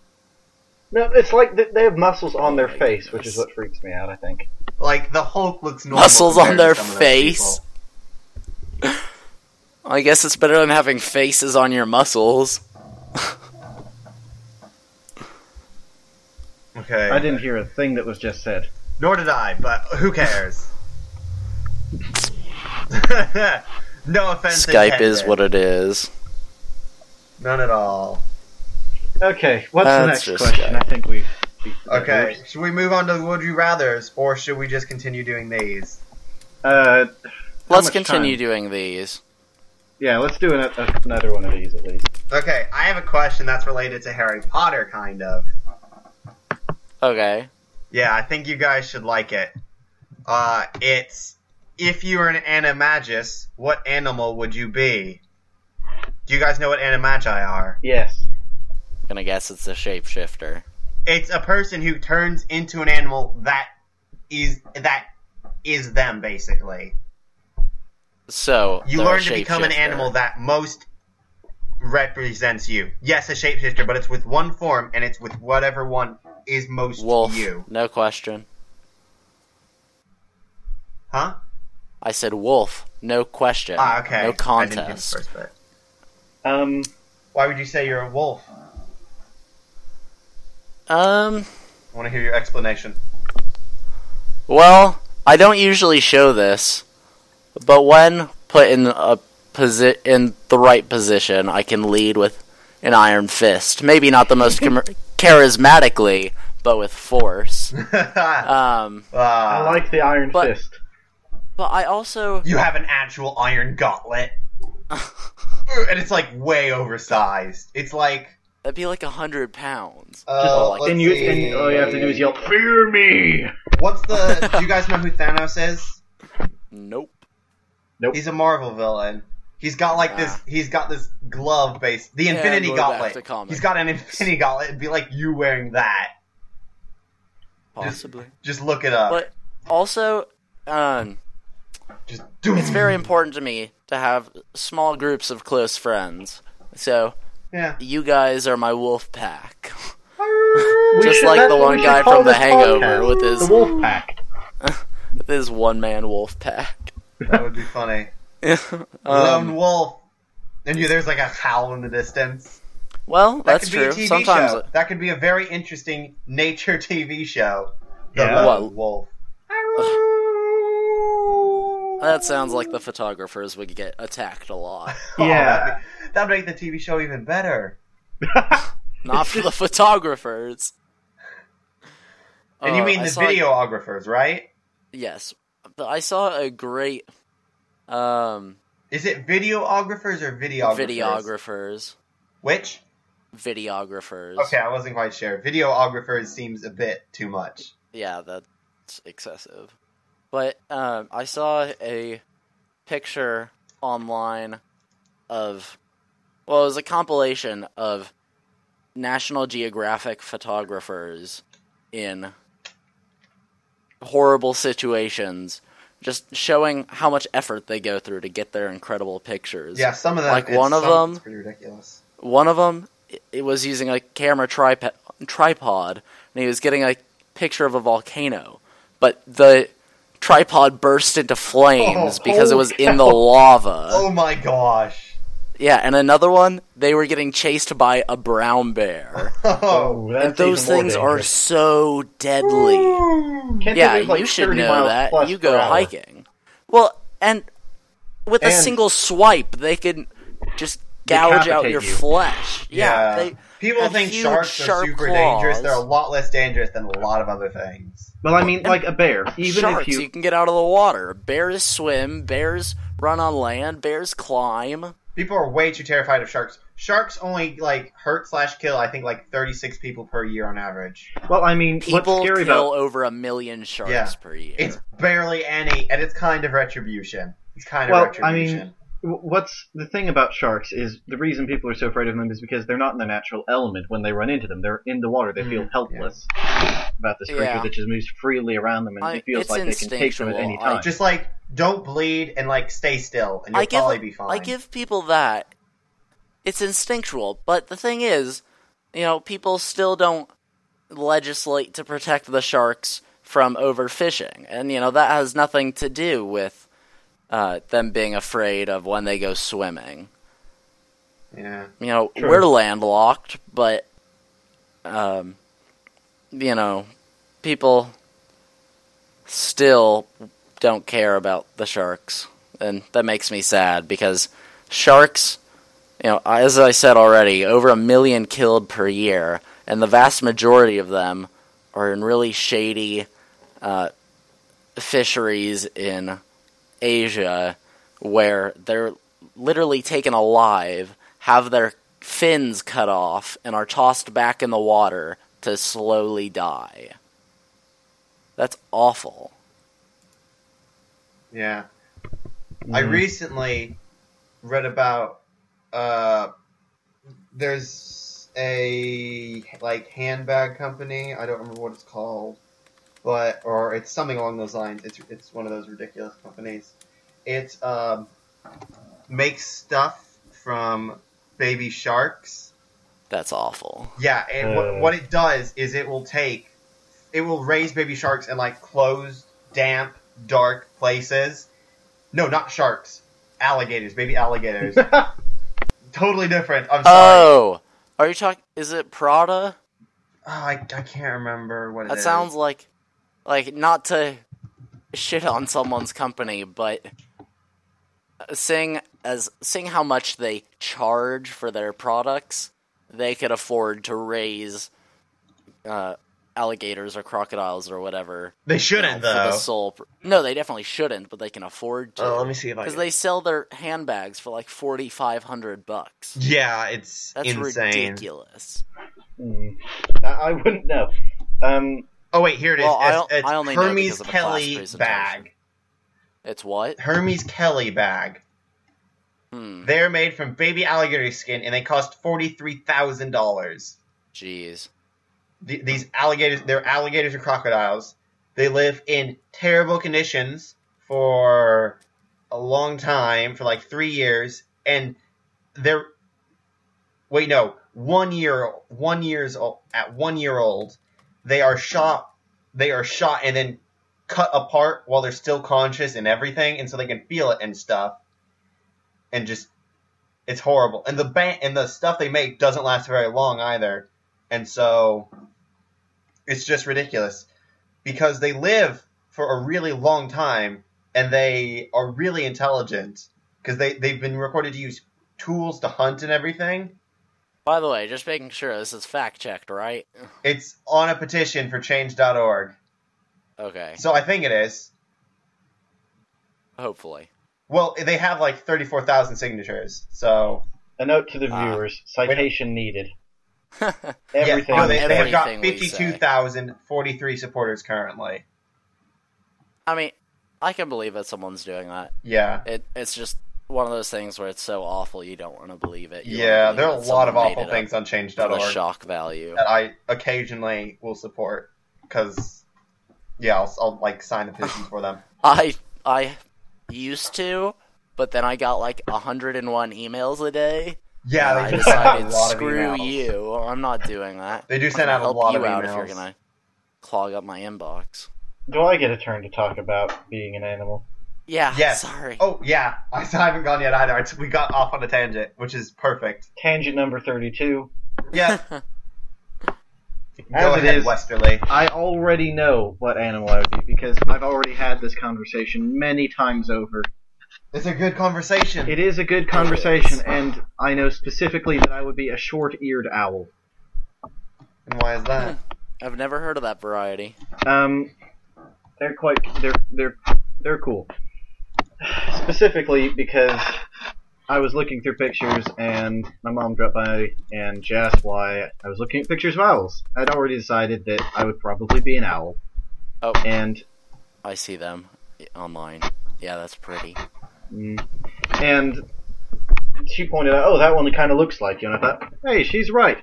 Speaker 2: No, it's like they, they have muscles on their
Speaker 3: my
Speaker 2: face, which
Speaker 3: goodness.
Speaker 2: is what freaks me out. I think.
Speaker 1: Like the Hulk looks normal.
Speaker 3: Muscles on
Speaker 1: compared to
Speaker 3: their
Speaker 1: some of those
Speaker 3: face.
Speaker 1: people.
Speaker 3: I guess it's better than having faces on your muscles.
Speaker 1: Okay.
Speaker 2: I didn't hear a thing that was just said.
Speaker 1: Nor did I, but who cares? no offense.
Speaker 3: Skype is
Speaker 1: intended.
Speaker 3: what it is.
Speaker 1: None at all.
Speaker 2: Okay, what's the
Speaker 3: That's
Speaker 2: next
Speaker 3: just
Speaker 2: question?
Speaker 3: that.
Speaker 2: I think we've. beat the dead
Speaker 1: Okay,
Speaker 3: Mm-hmm.
Speaker 2: horse.
Speaker 1: should we move on to would you rather's, or should we just continue doing these?
Speaker 2: Uh, how
Speaker 3: Let's
Speaker 2: much
Speaker 3: continue
Speaker 2: time?
Speaker 3: doing these.
Speaker 2: Yeah, let's do an, another one of these at least.
Speaker 1: Okay, I have a question that's related to Harry Potter, kind of.
Speaker 3: Okay.
Speaker 1: Yeah, I think you guys should like it. Uh, it's if you were an animagus, what animal would you be? Do you guys know what animagi are?
Speaker 2: Yes.
Speaker 3: Gonna guess it's a shapeshifter.
Speaker 1: It's a person who turns into an animal that is that is them basically.
Speaker 3: So
Speaker 1: You
Speaker 3: they're a
Speaker 1: learn to become an
Speaker 3: shapeshifter.
Speaker 1: animal that most represents you. Yes, a shapeshifter, but it's with one form, and it's with whatever one is most
Speaker 3: wolf.
Speaker 1: you.
Speaker 3: No question.
Speaker 1: Huh?
Speaker 3: I said wolf. No question.
Speaker 1: Ah, okay. I
Speaker 3: No
Speaker 1: didn't hear the
Speaker 3: contest.
Speaker 1: first bit.
Speaker 2: Um,
Speaker 1: Why would you say you're a wolf?
Speaker 3: Um.
Speaker 1: I want to hear your explanation.
Speaker 3: Well, I don't usually show this, but when put in a posi- in the right position, I can lead with an iron fist. Maybe not the most com- charismatically, but with force. Um.
Speaker 2: I like the Iron
Speaker 3: but-
Speaker 2: Fist.
Speaker 3: But I also
Speaker 1: Uh, you have an actual iron gauntlet. and it's like way oversized. It's like
Speaker 3: that'd be like a hundred pounds.
Speaker 1: uh,
Speaker 3: like-
Speaker 1: let's
Speaker 2: and you
Speaker 1: see.
Speaker 2: and all you have to do is yell, "Fear me!"
Speaker 1: What's the? do you guys know who Thanos is?
Speaker 3: Nope.
Speaker 1: He's a Marvel villain. He's got like this.
Speaker 3: Ah.
Speaker 1: He's got this glove based the
Speaker 3: Yeah,
Speaker 1: Infinity
Speaker 3: going back to
Speaker 1: Gauntlet.
Speaker 3: comics.
Speaker 1: He's got an Infinity Gauntlet. It'd be like you wearing that.
Speaker 3: Possibly.
Speaker 1: Just look it up.
Speaker 3: But also, um,
Speaker 1: Just do
Speaker 3: it's very important to me to have small groups of close friends. So
Speaker 1: Yeah.
Speaker 3: you guys are my wolf pack.
Speaker 2: We
Speaker 3: Just
Speaker 2: should-
Speaker 3: like
Speaker 2: that's
Speaker 3: the
Speaker 2: what
Speaker 3: one
Speaker 2: we
Speaker 3: guy
Speaker 2: should call
Speaker 3: from The
Speaker 2: this
Speaker 3: Hangover
Speaker 2: podcast,
Speaker 3: with his-
Speaker 2: the Wolf Pack.
Speaker 3: this one man wolf pack.
Speaker 1: That would be funny. Lone
Speaker 3: um,
Speaker 1: Wolf. And you, there's like a howl in the distance.
Speaker 3: well,
Speaker 1: That
Speaker 3: that's
Speaker 1: could be
Speaker 3: true.
Speaker 1: a TV
Speaker 3: Sometimes,
Speaker 1: show. That could be a very interesting nature TV show. The
Speaker 2: Yeah.
Speaker 1: Lone
Speaker 3: What?
Speaker 1: Wolf. Oh,
Speaker 3: that sounds like the photographers would get attacked a lot.
Speaker 2: Yeah.
Speaker 1: that'd, be- that'd make the TV show even better.
Speaker 3: Not for the photographers.
Speaker 1: And you
Speaker 3: Uh,
Speaker 1: mean
Speaker 3: I
Speaker 1: the
Speaker 3: saw a-
Speaker 1: videographers, right?
Speaker 3: yes, but I saw a great um
Speaker 1: Is it videographers or videographers?
Speaker 3: videographers,
Speaker 1: Which?
Speaker 3: videographers.
Speaker 1: Okay, I wasn't quite sure. Videographers seems a bit too much.
Speaker 3: yeah, that's excessive. But um, I saw a picture online of, well, it was a compilation of National Geographic photographers in horrible situations, just showing how much effort they go through to get their incredible pictures.
Speaker 1: Yeah, some of them.
Speaker 3: Like
Speaker 1: it's-
Speaker 3: one of
Speaker 1: some-
Speaker 3: them-
Speaker 1: It's pretty ridiculous.
Speaker 3: One of them, it was using a camera tripod, tripod, and he was getting a picture of a volcano, but the tripod burst into flames
Speaker 1: Oh,
Speaker 3: because it was
Speaker 1: holy
Speaker 3: in the
Speaker 1: cow.
Speaker 3: lava.
Speaker 1: oh my gosh.
Speaker 3: Yeah, and another one, they were getting chased by a brown bear.
Speaker 1: Oh.
Speaker 2: Oh, that's
Speaker 3: and those
Speaker 2: even more
Speaker 3: things are
Speaker 2: dangerous.
Speaker 3: so deadly.
Speaker 2: Can't they
Speaker 3: yeah,
Speaker 2: live, like,
Speaker 3: you should
Speaker 2: 30
Speaker 3: know
Speaker 2: miles
Speaker 3: that.
Speaker 2: plus
Speaker 3: You
Speaker 2: per
Speaker 3: go
Speaker 2: hour?
Speaker 3: hiking. Well, and with a
Speaker 2: And-
Speaker 3: single swipe, they can just gouge out
Speaker 2: Decapitate
Speaker 3: your
Speaker 2: you.
Speaker 3: flesh. Yeah,
Speaker 1: Yeah.
Speaker 3: they
Speaker 1: People
Speaker 3: have
Speaker 1: think
Speaker 3: huge,
Speaker 1: sharks are
Speaker 3: sharp
Speaker 1: super
Speaker 3: claws.
Speaker 1: dangerous. They're a lot less dangerous than a lot of other things.
Speaker 2: Well, I mean, like a bear. Even
Speaker 3: sharks.
Speaker 2: if you,
Speaker 3: You... can get out of the water. Bears swim. Bears run on land. Bears climb.
Speaker 1: People are way too terrified of sharks. Sharks only like hurt slash kill I think like 36 people per year on average.
Speaker 2: well, I mean, what's
Speaker 3: People kill
Speaker 2: scary about
Speaker 3: over a million sharks
Speaker 1: Yeah.
Speaker 3: per year.
Speaker 1: It's barely any, and it's kind of retribution. It's kind
Speaker 2: Well,
Speaker 1: of
Speaker 2: I mean-
Speaker 1: retribution.
Speaker 2: wh- what's the thing about sharks is the reason people are so afraid of them is because they're not in their natural element. When they run into them, they're in the water. They
Speaker 1: Mm,
Speaker 2: feel helpless about this creature
Speaker 3: Yeah.
Speaker 2: that just moves freely around them and
Speaker 3: I-
Speaker 2: it feels
Speaker 3: it's
Speaker 2: like they can take them at any
Speaker 3: instinctual. I
Speaker 2: time.
Speaker 1: Just like don't bleed and like stay still, and you'll
Speaker 3: I give
Speaker 1: probably be fine.
Speaker 3: I give people that. It's instinctual, but the thing is, you know, people still don't legislate to protect the sharks from overfishing, and you know that has nothing to do with uh, them being afraid of when they go swimming.
Speaker 1: Yeah.
Speaker 3: You know,
Speaker 2: True.
Speaker 3: we're landlocked, but um, you know, people still don't care about the sharks, and that makes me sad because sharks, you know, as I said already, over a million killed per year, and the vast majority of them are in really shady uh, fisheries in Asia, where they're literally taken alive, have their fins cut off, and are tossed back in the water to slowly die. That's awful.
Speaker 1: Yeah. I
Speaker 2: Mm.
Speaker 1: recently read about uh there's a like handbag company, I don't remember what it's called, but or it's something along those lines. It's it's one of those ridiculous companies. It um makes stuff from baby sharks
Speaker 3: That's awful.
Speaker 1: yeah, and
Speaker 2: Uh.
Speaker 1: what, what it does is it will take, it will raise baby sharks in like closed, damp, dark places. No, not sharks, alligators, baby alligators. totally different. I'm sorry.
Speaker 3: Oh, are you talking? Is it Prada?
Speaker 1: Oh, I, I can't remember what it
Speaker 3: That
Speaker 1: is.
Speaker 3: sounds like, like not to shit on someone's company, but seeing as seeing how much they charge for their products, they could afford to raise uh, alligators or crocodiles or whatever.
Speaker 1: they
Speaker 3: you know,
Speaker 1: shouldn't
Speaker 3: for the
Speaker 1: though.
Speaker 3: sole. pr- no, they definitely shouldn't, but they can afford to.
Speaker 1: uh, Oh, let me see if I.
Speaker 3: because
Speaker 1: Can...
Speaker 3: they sell their handbags for like forty five hundred bucks.
Speaker 1: Yeah, it's
Speaker 3: That's
Speaker 1: insane.
Speaker 3: ridiculous.
Speaker 2: Mm. I, I wouldn't know. Um,
Speaker 1: Oh wait, here it is.
Speaker 3: Well, I
Speaker 1: It's-
Speaker 3: don't-
Speaker 1: it's
Speaker 3: I only know
Speaker 1: Hermes
Speaker 3: because of the class
Speaker 1: Kelly
Speaker 3: presentation.
Speaker 1: bag.
Speaker 3: It's what?
Speaker 1: Hermes Kelly bag.
Speaker 3: Hmm.
Speaker 1: They're made from baby alligator skin, and they cost forty three thousand dollars.
Speaker 3: Jeez.
Speaker 1: th- these alligators they're alligators and crocodiles they live in terrible conditions for a long time for like three years and they're wait no one year one years old at one year old they are shot they are shot and then cut apart while they're still conscious and everything and so they can feel it and stuff and just it's horrible and the ban- and the stuff they make doesn't last very long either and so it's just ridiculous because they live for a really long time and they are really intelligent because they, they've been recorded to use tools to hunt and everything
Speaker 3: By the way, just making sure this is fact checked, right?
Speaker 1: it's on a petition for change.org
Speaker 3: Okay,
Speaker 1: so i think it is
Speaker 3: hopefully.
Speaker 1: well they have like 34000 signatures so
Speaker 2: a note to the
Speaker 3: Ah.
Speaker 2: viewers: citation needed.
Speaker 1: yeah,
Speaker 2: Everything.
Speaker 1: no, Oh, they,
Speaker 2: we
Speaker 1: they have
Speaker 2: say.
Speaker 1: got
Speaker 3: Everything we say.
Speaker 1: 52043 supporters currently
Speaker 3: I mean, I can believe that someone's doing that.
Speaker 1: yeah
Speaker 3: It it's just one of those things where it's so awful you don't want to believe it. You
Speaker 1: yeah
Speaker 3: wanna believe
Speaker 1: there are a
Speaker 3: that
Speaker 1: lot of
Speaker 3: someone made
Speaker 1: awful
Speaker 3: it up
Speaker 1: things on
Speaker 3: for the
Speaker 1: change.org
Speaker 3: shock value.
Speaker 1: that I occasionally will support because yeah, I'll, I'll like sign the petition for them.
Speaker 3: I I used to, but then I got like 101 emails a day.
Speaker 1: Yeah,
Speaker 3: and
Speaker 1: they
Speaker 3: I
Speaker 1: do send out a
Speaker 3: decided
Speaker 1: lot of
Speaker 3: screw
Speaker 1: emails.
Speaker 3: you. I'm not doing that.
Speaker 1: They do
Speaker 3: I'm
Speaker 1: send
Speaker 3: gonna
Speaker 1: out a
Speaker 3: help
Speaker 1: lot
Speaker 3: you
Speaker 1: of
Speaker 3: out if
Speaker 1: emails.
Speaker 3: you're gonna clog up my inbox.
Speaker 2: Do I get a turn to talk about being an animal?
Speaker 3: Yeah,
Speaker 1: Yes.
Speaker 3: sorry.
Speaker 1: Oh yeah, I still haven't gone yet either. It's- We got off on a tangent, which is perfect.
Speaker 2: Tangent number 32.
Speaker 1: Yeah, go
Speaker 2: As it
Speaker 1: ahead,
Speaker 2: is-
Speaker 1: Westerly.
Speaker 2: I already know what animal I would be because I've already had this conversation many times over.
Speaker 1: It's a good conversation.
Speaker 2: It is a good conversation, and I know specifically that I would be a short eared owl.
Speaker 1: and why is that?
Speaker 3: I've never heard of that variety.
Speaker 2: Um, they're quite they're they're they're cool. Specifically because I was looking through pictures and my mom dropped by and she asked why I was looking at pictures of owls. I'd already decided that I would probably be an owl.
Speaker 3: Oh.
Speaker 2: And
Speaker 3: I see them online. Yeah, that's pretty.
Speaker 2: mm, and she pointed out, oh, that one kind of looks like you, and I thought, hey, she's right.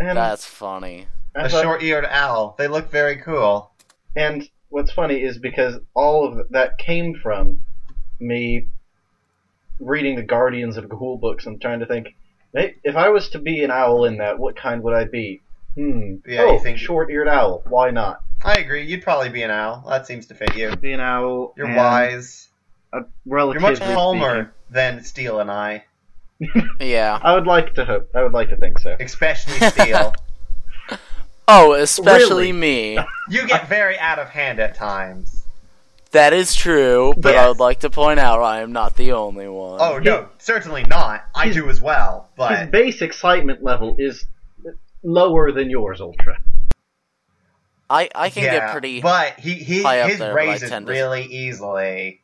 Speaker 2: And
Speaker 3: that's funny.
Speaker 2: I
Speaker 1: a
Speaker 2: thought,
Speaker 1: short-eared owl. They look very cool.
Speaker 2: And what's funny is because all of that came from me reading the Guardians of Ghoul books and trying to think, "Hey, if I was to be an owl in that, what kind would I be? Hmm.
Speaker 1: Yeah,
Speaker 2: oh,
Speaker 1: you think-
Speaker 2: short-eared owl. Why not?
Speaker 1: I agree. You'd probably be an owl. That seems to fit you.
Speaker 2: Be an owl.
Speaker 1: You're
Speaker 2: and
Speaker 1: wise.
Speaker 2: A relative.
Speaker 1: You're much calmer than Steel and I,
Speaker 3: Yeah.
Speaker 2: I would like to hope. I would like to think so.
Speaker 1: especially Steel.
Speaker 3: Oh, especially
Speaker 2: Really?
Speaker 3: me.
Speaker 1: you get very out of hand at times.
Speaker 3: That is true, but I
Speaker 1: Yes.
Speaker 3: would like to point out I am not the only one.
Speaker 1: Oh no, certainly not. I
Speaker 2: He's-
Speaker 1: do as well,
Speaker 2: His
Speaker 1: but
Speaker 2: base excitement level is lower than yours, Ultra.
Speaker 3: I, I can
Speaker 1: yeah.
Speaker 3: get pretty
Speaker 1: but he, he
Speaker 3: high up
Speaker 1: his
Speaker 3: there, but I
Speaker 1: raises
Speaker 3: tend to-
Speaker 1: really easily.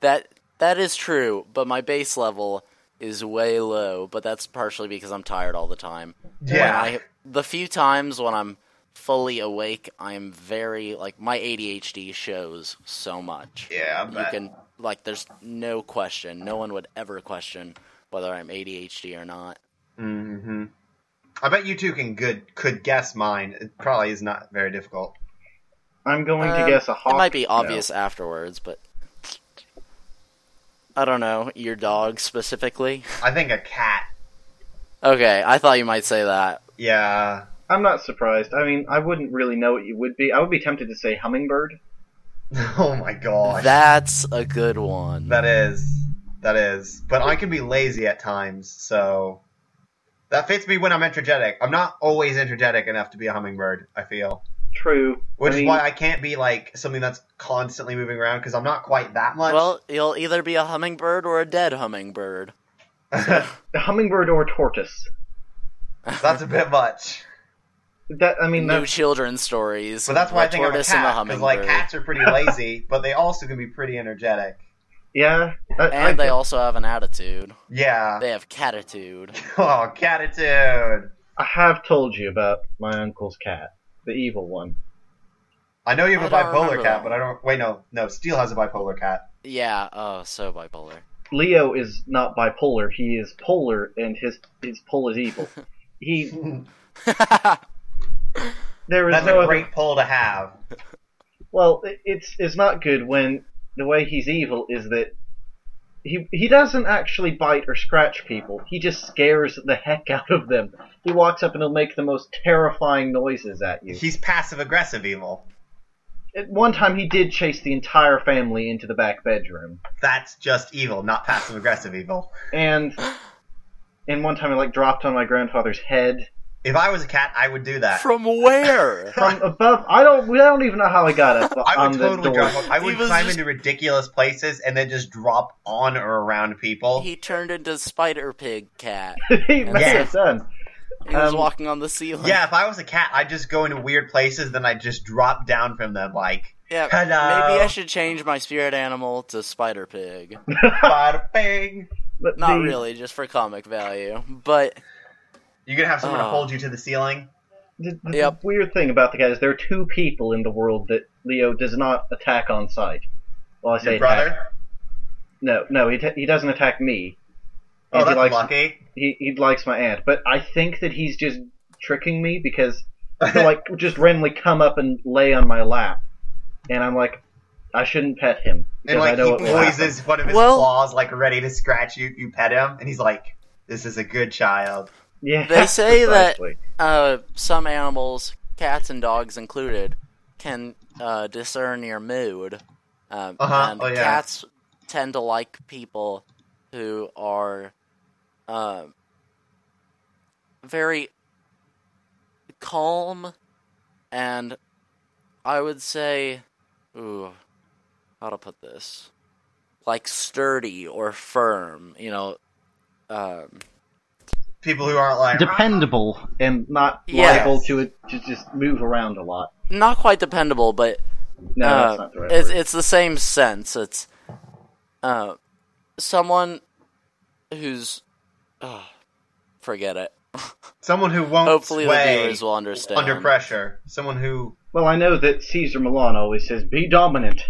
Speaker 3: that that is true, but my base level is way low, but that's partially because I'm tired all the time.
Speaker 1: Yeah.
Speaker 3: When I the few times when I'm fully awake, I'm very like my ADHD shows so much.
Speaker 1: Yeah, but
Speaker 3: you can like there's no question. No one would ever question whether I'm ADHD or not.
Speaker 1: hmm I bet you two can good could guess mine. It probably is not very difficult.
Speaker 2: I'm going
Speaker 3: Um,
Speaker 1: Uh,
Speaker 2: to guess a hawk.
Speaker 3: It might be
Speaker 2: No.
Speaker 3: obvious afterwards, but I don't know your dog specifically.
Speaker 1: I think a cat.
Speaker 3: Okay, I thought you might say that.
Speaker 1: Yeah.
Speaker 2: I'm not surprised. I mean, I wouldn't really know what you would be. I would be tempted to say hummingbird.
Speaker 1: Oh my gosh.
Speaker 3: That's a good one.
Speaker 1: that is that is. But I can be lazy at times, so that fits me when I'm energetic. I'm not always energetic enough to be a hummingbird. I feel,
Speaker 2: True.
Speaker 1: which
Speaker 2: I mean,
Speaker 1: is why I can't be like something that's constantly moving around because I'm not quite that much.
Speaker 3: well, you'll either be a hummingbird or a dead hummingbird.
Speaker 2: the hummingbird or tortoise.
Speaker 1: that's a bit much.
Speaker 2: That I mean,
Speaker 3: New
Speaker 2: that's,
Speaker 3: children's stories.
Speaker 1: But that's why
Speaker 3: The
Speaker 1: I think I'm a
Speaker 3: tortoise and the
Speaker 1: cat because like
Speaker 3: hummingbird.
Speaker 1: cats are pretty lazy, but they also can be pretty energetic.
Speaker 2: yeah. I, I
Speaker 3: And they
Speaker 2: think-
Speaker 3: also have an attitude.
Speaker 1: Yeah.
Speaker 3: They have catitude.
Speaker 1: Oh, catitude.
Speaker 2: I have told you about my uncle's cat, the evil one.
Speaker 1: I know you have a
Speaker 3: I don't
Speaker 1: bipolar
Speaker 3: remember
Speaker 1: cat,
Speaker 3: that.
Speaker 1: but I don't. Wait, no, no. Steel has a bipolar cat.
Speaker 3: Yeah. Oh, so bipolar.
Speaker 2: Leo is not bipolar. He is polar, and his his pole is evil. He there is
Speaker 1: That's
Speaker 2: no
Speaker 1: a
Speaker 2: other-
Speaker 1: great pull to have.
Speaker 2: Well, it- it's it's not good when the way he's evil is that he he doesn't actually bite or scratch people. He just scares the heck out of them. He walks up and he'll make the most terrifying noises at you.
Speaker 1: He's passive aggressive evil.
Speaker 2: At one time, he did chase the entire family into the back bedroom,
Speaker 1: That's just evil, not passive aggressive evil.
Speaker 2: and and one time he like dropped on my grandfather's head
Speaker 1: If I was a cat, I would do that.
Speaker 3: From where?
Speaker 2: from above. I don't we don't even know how he got up
Speaker 1: I
Speaker 2: on
Speaker 1: would
Speaker 2: the
Speaker 1: totally
Speaker 2: door.
Speaker 1: drop. I would
Speaker 3: He was
Speaker 1: climb
Speaker 3: just-
Speaker 1: into ridiculous places and then just drop on or around people.
Speaker 3: he turned into Spider Pig Cat.
Speaker 2: he must
Speaker 1: Yeah.
Speaker 2: have done.
Speaker 3: He was
Speaker 2: Um,
Speaker 3: walking on the ceiling.
Speaker 1: yeah, if I was a cat, I'd just go into weird places, then I'd just drop down from them like
Speaker 3: Yeah,
Speaker 1: Hello.
Speaker 2: uh,
Speaker 3: maybe I should change my spirit animal to Spider Pig.
Speaker 1: bada bing.
Speaker 2: But
Speaker 3: Not
Speaker 2: the-
Speaker 3: really, just for comic value. But
Speaker 1: You're gonna have someone
Speaker 2: Ah.
Speaker 1: to
Speaker 3: Oh.
Speaker 1: hold you to the ceiling.
Speaker 2: The, the
Speaker 3: Yep.
Speaker 2: weird thing about the guy is there are two people in the world that Leo does not attack on sight. Well, I say
Speaker 1: Your
Speaker 2: attack.
Speaker 1: brother.
Speaker 2: No, no, he, t- he doesn't attack me.
Speaker 1: Oh,
Speaker 2: And
Speaker 1: that's
Speaker 2: he likes
Speaker 1: lucky.
Speaker 2: he he likes my aunt, but I think that he's just tricking me because he'll like just randomly come up and lay on my lap, and I'm like, I shouldn't pet him because
Speaker 1: And
Speaker 2: I
Speaker 1: like
Speaker 2: know
Speaker 1: he
Speaker 2: what will happen.
Speaker 1: poises one of his
Speaker 3: Well-
Speaker 1: claws, like ready to scratch you. You pet him, and he's like, "This is a good child."
Speaker 2: Yeah.
Speaker 3: They say that-
Speaker 2: precisely.
Speaker 3: Uh, some animals, cats and dogs included, can uh, discern your mood. Um,
Speaker 1: Uh-huh.
Speaker 3: And
Speaker 1: Oh, yeah.
Speaker 3: cats tend to like people who are uh, very calm and I would say, ooh, how to put this? Like sturdy or firm, you know. Um,
Speaker 1: People who aren't like
Speaker 2: dependable and not
Speaker 3: Yes.
Speaker 2: liable to it to just move around a lot.
Speaker 3: not quite dependable, but
Speaker 2: No,
Speaker 3: Uh,
Speaker 2: that's not the right
Speaker 3: it's,
Speaker 2: word.
Speaker 3: it's the same sense. It's uh, someone who's ugh, forget it.
Speaker 1: "Ah, someone who won't
Speaker 3: Hopefully, the
Speaker 1: sway
Speaker 3: viewers will understand.
Speaker 1: under pressure. Someone who
Speaker 2: Well, I know that Caesar Milan always says, "Be dominant."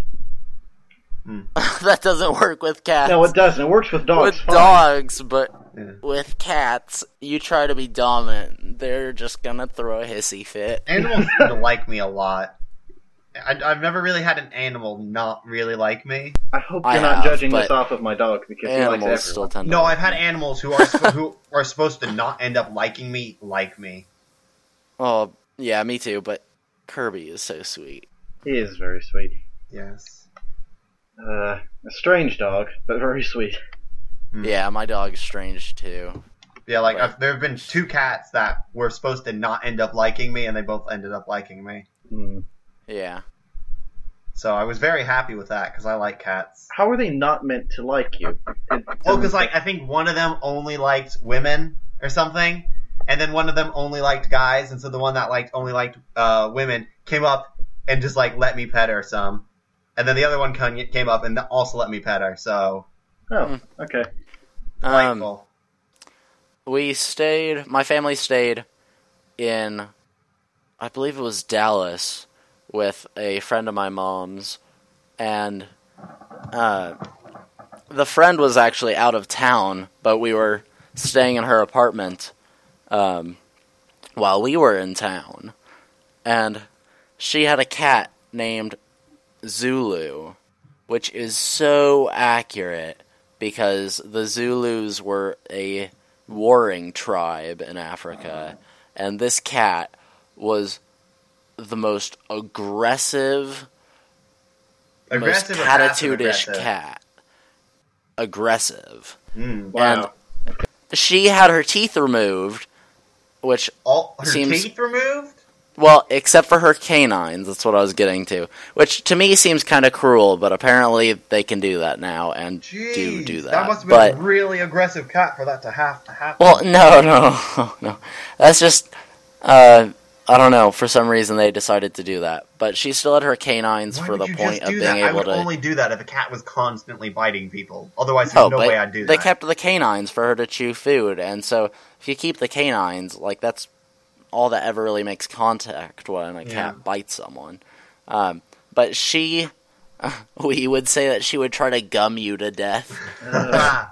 Speaker 3: that doesn't work with cats.
Speaker 2: No, it doesn't. It works with dogs.
Speaker 3: with
Speaker 2: fine.
Speaker 3: dogs, but
Speaker 1: Yeah.
Speaker 3: with cats, you try to be dominant. They're just gonna throw a hissy fit.
Speaker 1: animals seem to like me a lot. I, I've never really had an animal not really like me.
Speaker 2: I hope
Speaker 3: I
Speaker 2: you're not
Speaker 3: have,
Speaker 2: judging
Speaker 3: but
Speaker 2: this off of my dog because he likes everyone.
Speaker 3: Animals still tend. to
Speaker 1: No,
Speaker 3: like
Speaker 1: I've had animals who are sp- who are supposed to not end up liking me like me.
Speaker 3: Oh yeah, me too. But Kirby is so sweet.
Speaker 2: He is very sweet.
Speaker 1: Yes.
Speaker 2: Uh, a strange dog, but very sweet.
Speaker 1: Hmm.
Speaker 3: Yeah, my dog's strange too.
Speaker 1: Yeah, like
Speaker 3: Right.
Speaker 1: I've, there have been two cats that were supposed to not end up liking me, and they both ended up liking me.
Speaker 2: Hmm.
Speaker 3: Yeah,
Speaker 1: So I was very happy with that because I like cats.
Speaker 2: How are they not meant to like you? It-
Speaker 1: Well, because like I think one of them only liked women or something, and then one of them only liked guys, and so the one that liked only liked uh, women came up and just like let me pet her some, and then the other one con- came up and also let me pet her. So
Speaker 2: oh,
Speaker 3: Hmm.
Speaker 2: okay.
Speaker 3: um,
Speaker 1: delightful.
Speaker 3: we stayed my family stayed in i believe it was dallas with a friend of my mom's and uh, the friend was actually out of town but we were staying in her apartment um, while we were in town and she had a cat named zulu which is so accurate because the zulus were a warring tribe in
Speaker 1: Uh-huh.
Speaker 3: Africa, and this cat was the most aggressive,
Speaker 1: Aggressive
Speaker 3: most
Speaker 1: or passive
Speaker 3: attitude-ish
Speaker 1: aggressive?
Speaker 3: cat. Aggressive.
Speaker 1: Mm.
Speaker 2: Wow.
Speaker 3: She had her teeth removed, which
Speaker 1: All her
Speaker 3: Seems-
Speaker 1: teeth removed.
Speaker 3: Well, except for her canines, that's what I was getting to. Which to me seems kind of cruel, but apparently they can do that now and
Speaker 1: Jeez,
Speaker 3: do do that.
Speaker 1: That must have been
Speaker 3: but
Speaker 1: a really aggressive cat for that to have to happen.
Speaker 3: Well, no, no, no. That's just, uh, I don't know. For some reason, they decided to do that. But she still had her canines
Speaker 1: Why
Speaker 3: for
Speaker 1: would
Speaker 3: the
Speaker 1: you
Speaker 3: point
Speaker 1: just
Speaker 3: of
Speaker 1: do
Speaker 3: being
Speaker 1: that? I
Speaker 3: able
Speaker 1: would
Speaker 3: to.
Speaker 1: only do that if a cat was constantly biting people. Otherwise, there's
Speaker 3: Oh,
Speaker 1: no
Speaker 3: but
Speaker 1: way I'd do
Speaker 3: they
Speaker 1: that.
Speaker 3: kept the canines for her to chew food, and so if you keep the canines, like that's all that ever really makes contact when a cat
Speaker 1: Yeah.
Speaker 3: bites someone. Um, but she, we would say that she would try to gum you to death.
Speaker 1: oh,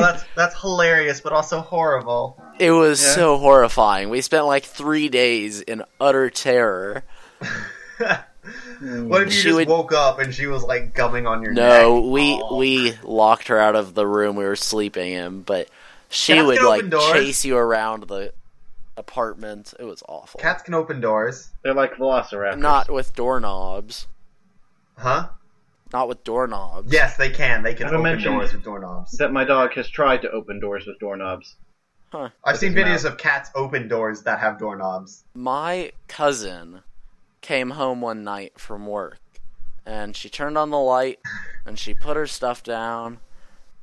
Speaker 1: that's that's hilarious, but also horrible.
Speaker 3: It was
Speaker 2: Yeah.
Speaker 3: so horrifying. We spent like three days in utter terror.
Speaker 1: What if you
Speaker 3: She
Speaker 1: just
Speaker 3: would-
Speaker 1: woke up and she was like gumming on your
Speaker 3: No,
Speaker 1: neck?
Speaker 3: we
Speaker 1: Oh.
Speaker 3: we locked her out of the room we were sleeping in, but she
Speaker 1: Cats
Speaker 3: would
Speaker 1: can
Speaker 3: like
Speaker 1: open doors.
Speaker 3: chase you around the apartment. It was awful.
Speaker 1: Cats can open doors,
Speaker 2: They're like velociraptors.
Speaker 3: not with doorknobs.
Speaker 1: huh?
Speaker 3: Not with doorknobs.
Speaker 1: Yes, they can. They can
Speaker 2: Never
Speaker 1: open
Speaker 2: mentioned-
Speaker 1: doors with doorknobs.
Speaker 2: That my dog has tried to open doors with doorknobs.
Speaker 1: I've seen
Speaker 2: his
Speaker 1: videos of cats open doors that have doorknobs.
Speaker 3: My cousin came home one night from work and she turned on the light and she put her stuff down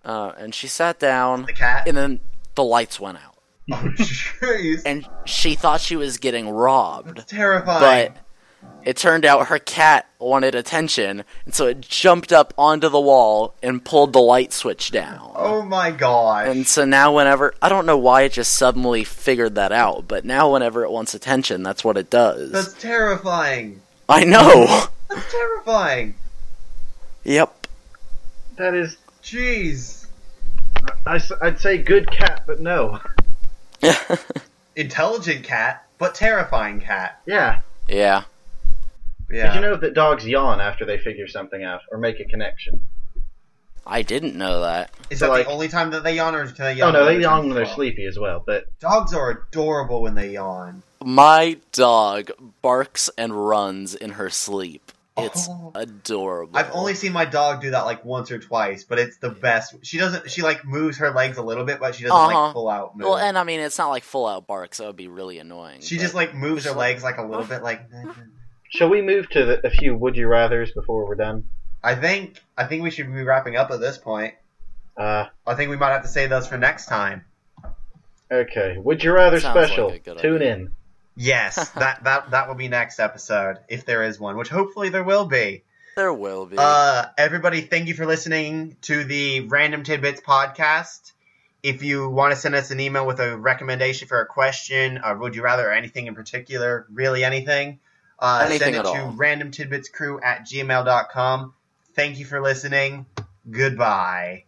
Speaker 3: uh, and she sat down
Speaker 1: The cat.
Speaker 3: and then the lights went out
Speaker 1: oh, jeez,
Speaker 3: and she thought she was getting robbed.
Speaker 1: terrifying.
Speaker 3: but it turned out her cat wanted attention, and so it jumped up onto the wall and pulled the light switch down.
Speaker 1: Oh my gosh.
Speaker 3: And so now, whenever I don't know why it just suddenly figured that out, but now whenever it wants attention, that's what it does.
Speaker 1: That's terrifying.
Speaker 3: I know.
Speaker 1: That's terrifying.
Speaker 3: yep.
Speaker 2: That is,
Speaker 1: Jeez.
Speaker 2: I, would say good cat, but no.
Speaker 1: Intelligent cat, but terrifying cat.
Speaker 2: Yeah.
Speaker 3: yeah.
Speaker 1: Yeah.
Speaker 2: Did you know that dogs yawn after they figure something out or make a connection?
Speaker 3: I didn't know that.
Speaker 1: Is
Speaker 2: So,
Speaker 1: that
Speaker 2: like-
Speaker 1: the only time that they yawn, or can they
Speaker 2: Oh
Speaker 1: yawn?
Speaker 2: no,
Speaker 1: when trying
Speaker 2: they yawn
Speaker 1: to
Speaker 2: when they're
Speaker 1: swallow?
Speaker 2: sleepy as well. But
Speaker 1: Dogs are adorable when they yawn.
Speaker 3: My dog barks and runs in her sleep. It's
Speaker 1: Oh.
Speaker 3: adorable.
Speaker 1: I've only seen my dog do that like once or twice, but it's the best. She doesn't. She like moves her legs a little bit, but she doesn't
Speaker 3: Uh-huh.
Speaker 1: like pull out. Move.
Speaker 3: well, and I mean, it's not like full out barks. That would be really annoying.
Speaker 1: she
Speaker 3: but-
Speaker 1: just like moves her
Speaker 3: It's
Speaker 1: legs like a little bit. Like
Speaker 2: shall we move to the, a few would you rather's before we're done?
Speaker 1: I think I think we should be wrapping up at this point.
Speaker 2: Uh,
Speaker 1: I think we might have to save those for next time.
Speaker 2: okay. Would you rather
Speaker 3: Sounds like
Speaker 2: special?
Speaker 3: a good
Speaker 2: Tune
Speaker 3: idea.
Speaker 2: in.
Speaker 1: Yes, that that that will be next episode if there is one, which hopefully there will be.
Speaker 3: there will be.
Speaker 1: Uh, everybody, thank you for listening to the Random Tidbits podcast. If you want to send us an email with a recommendation for a question, or would you rather, or anything in particular, really anything, uh,
Speaker 3: Anything
Speaker 1: send it
Speaker 3: at
Speaker 1: to
Speaker 3: all.
Speaker 1: randomtidbitscrew at gmail.com. Thank you for listening. Goodbye.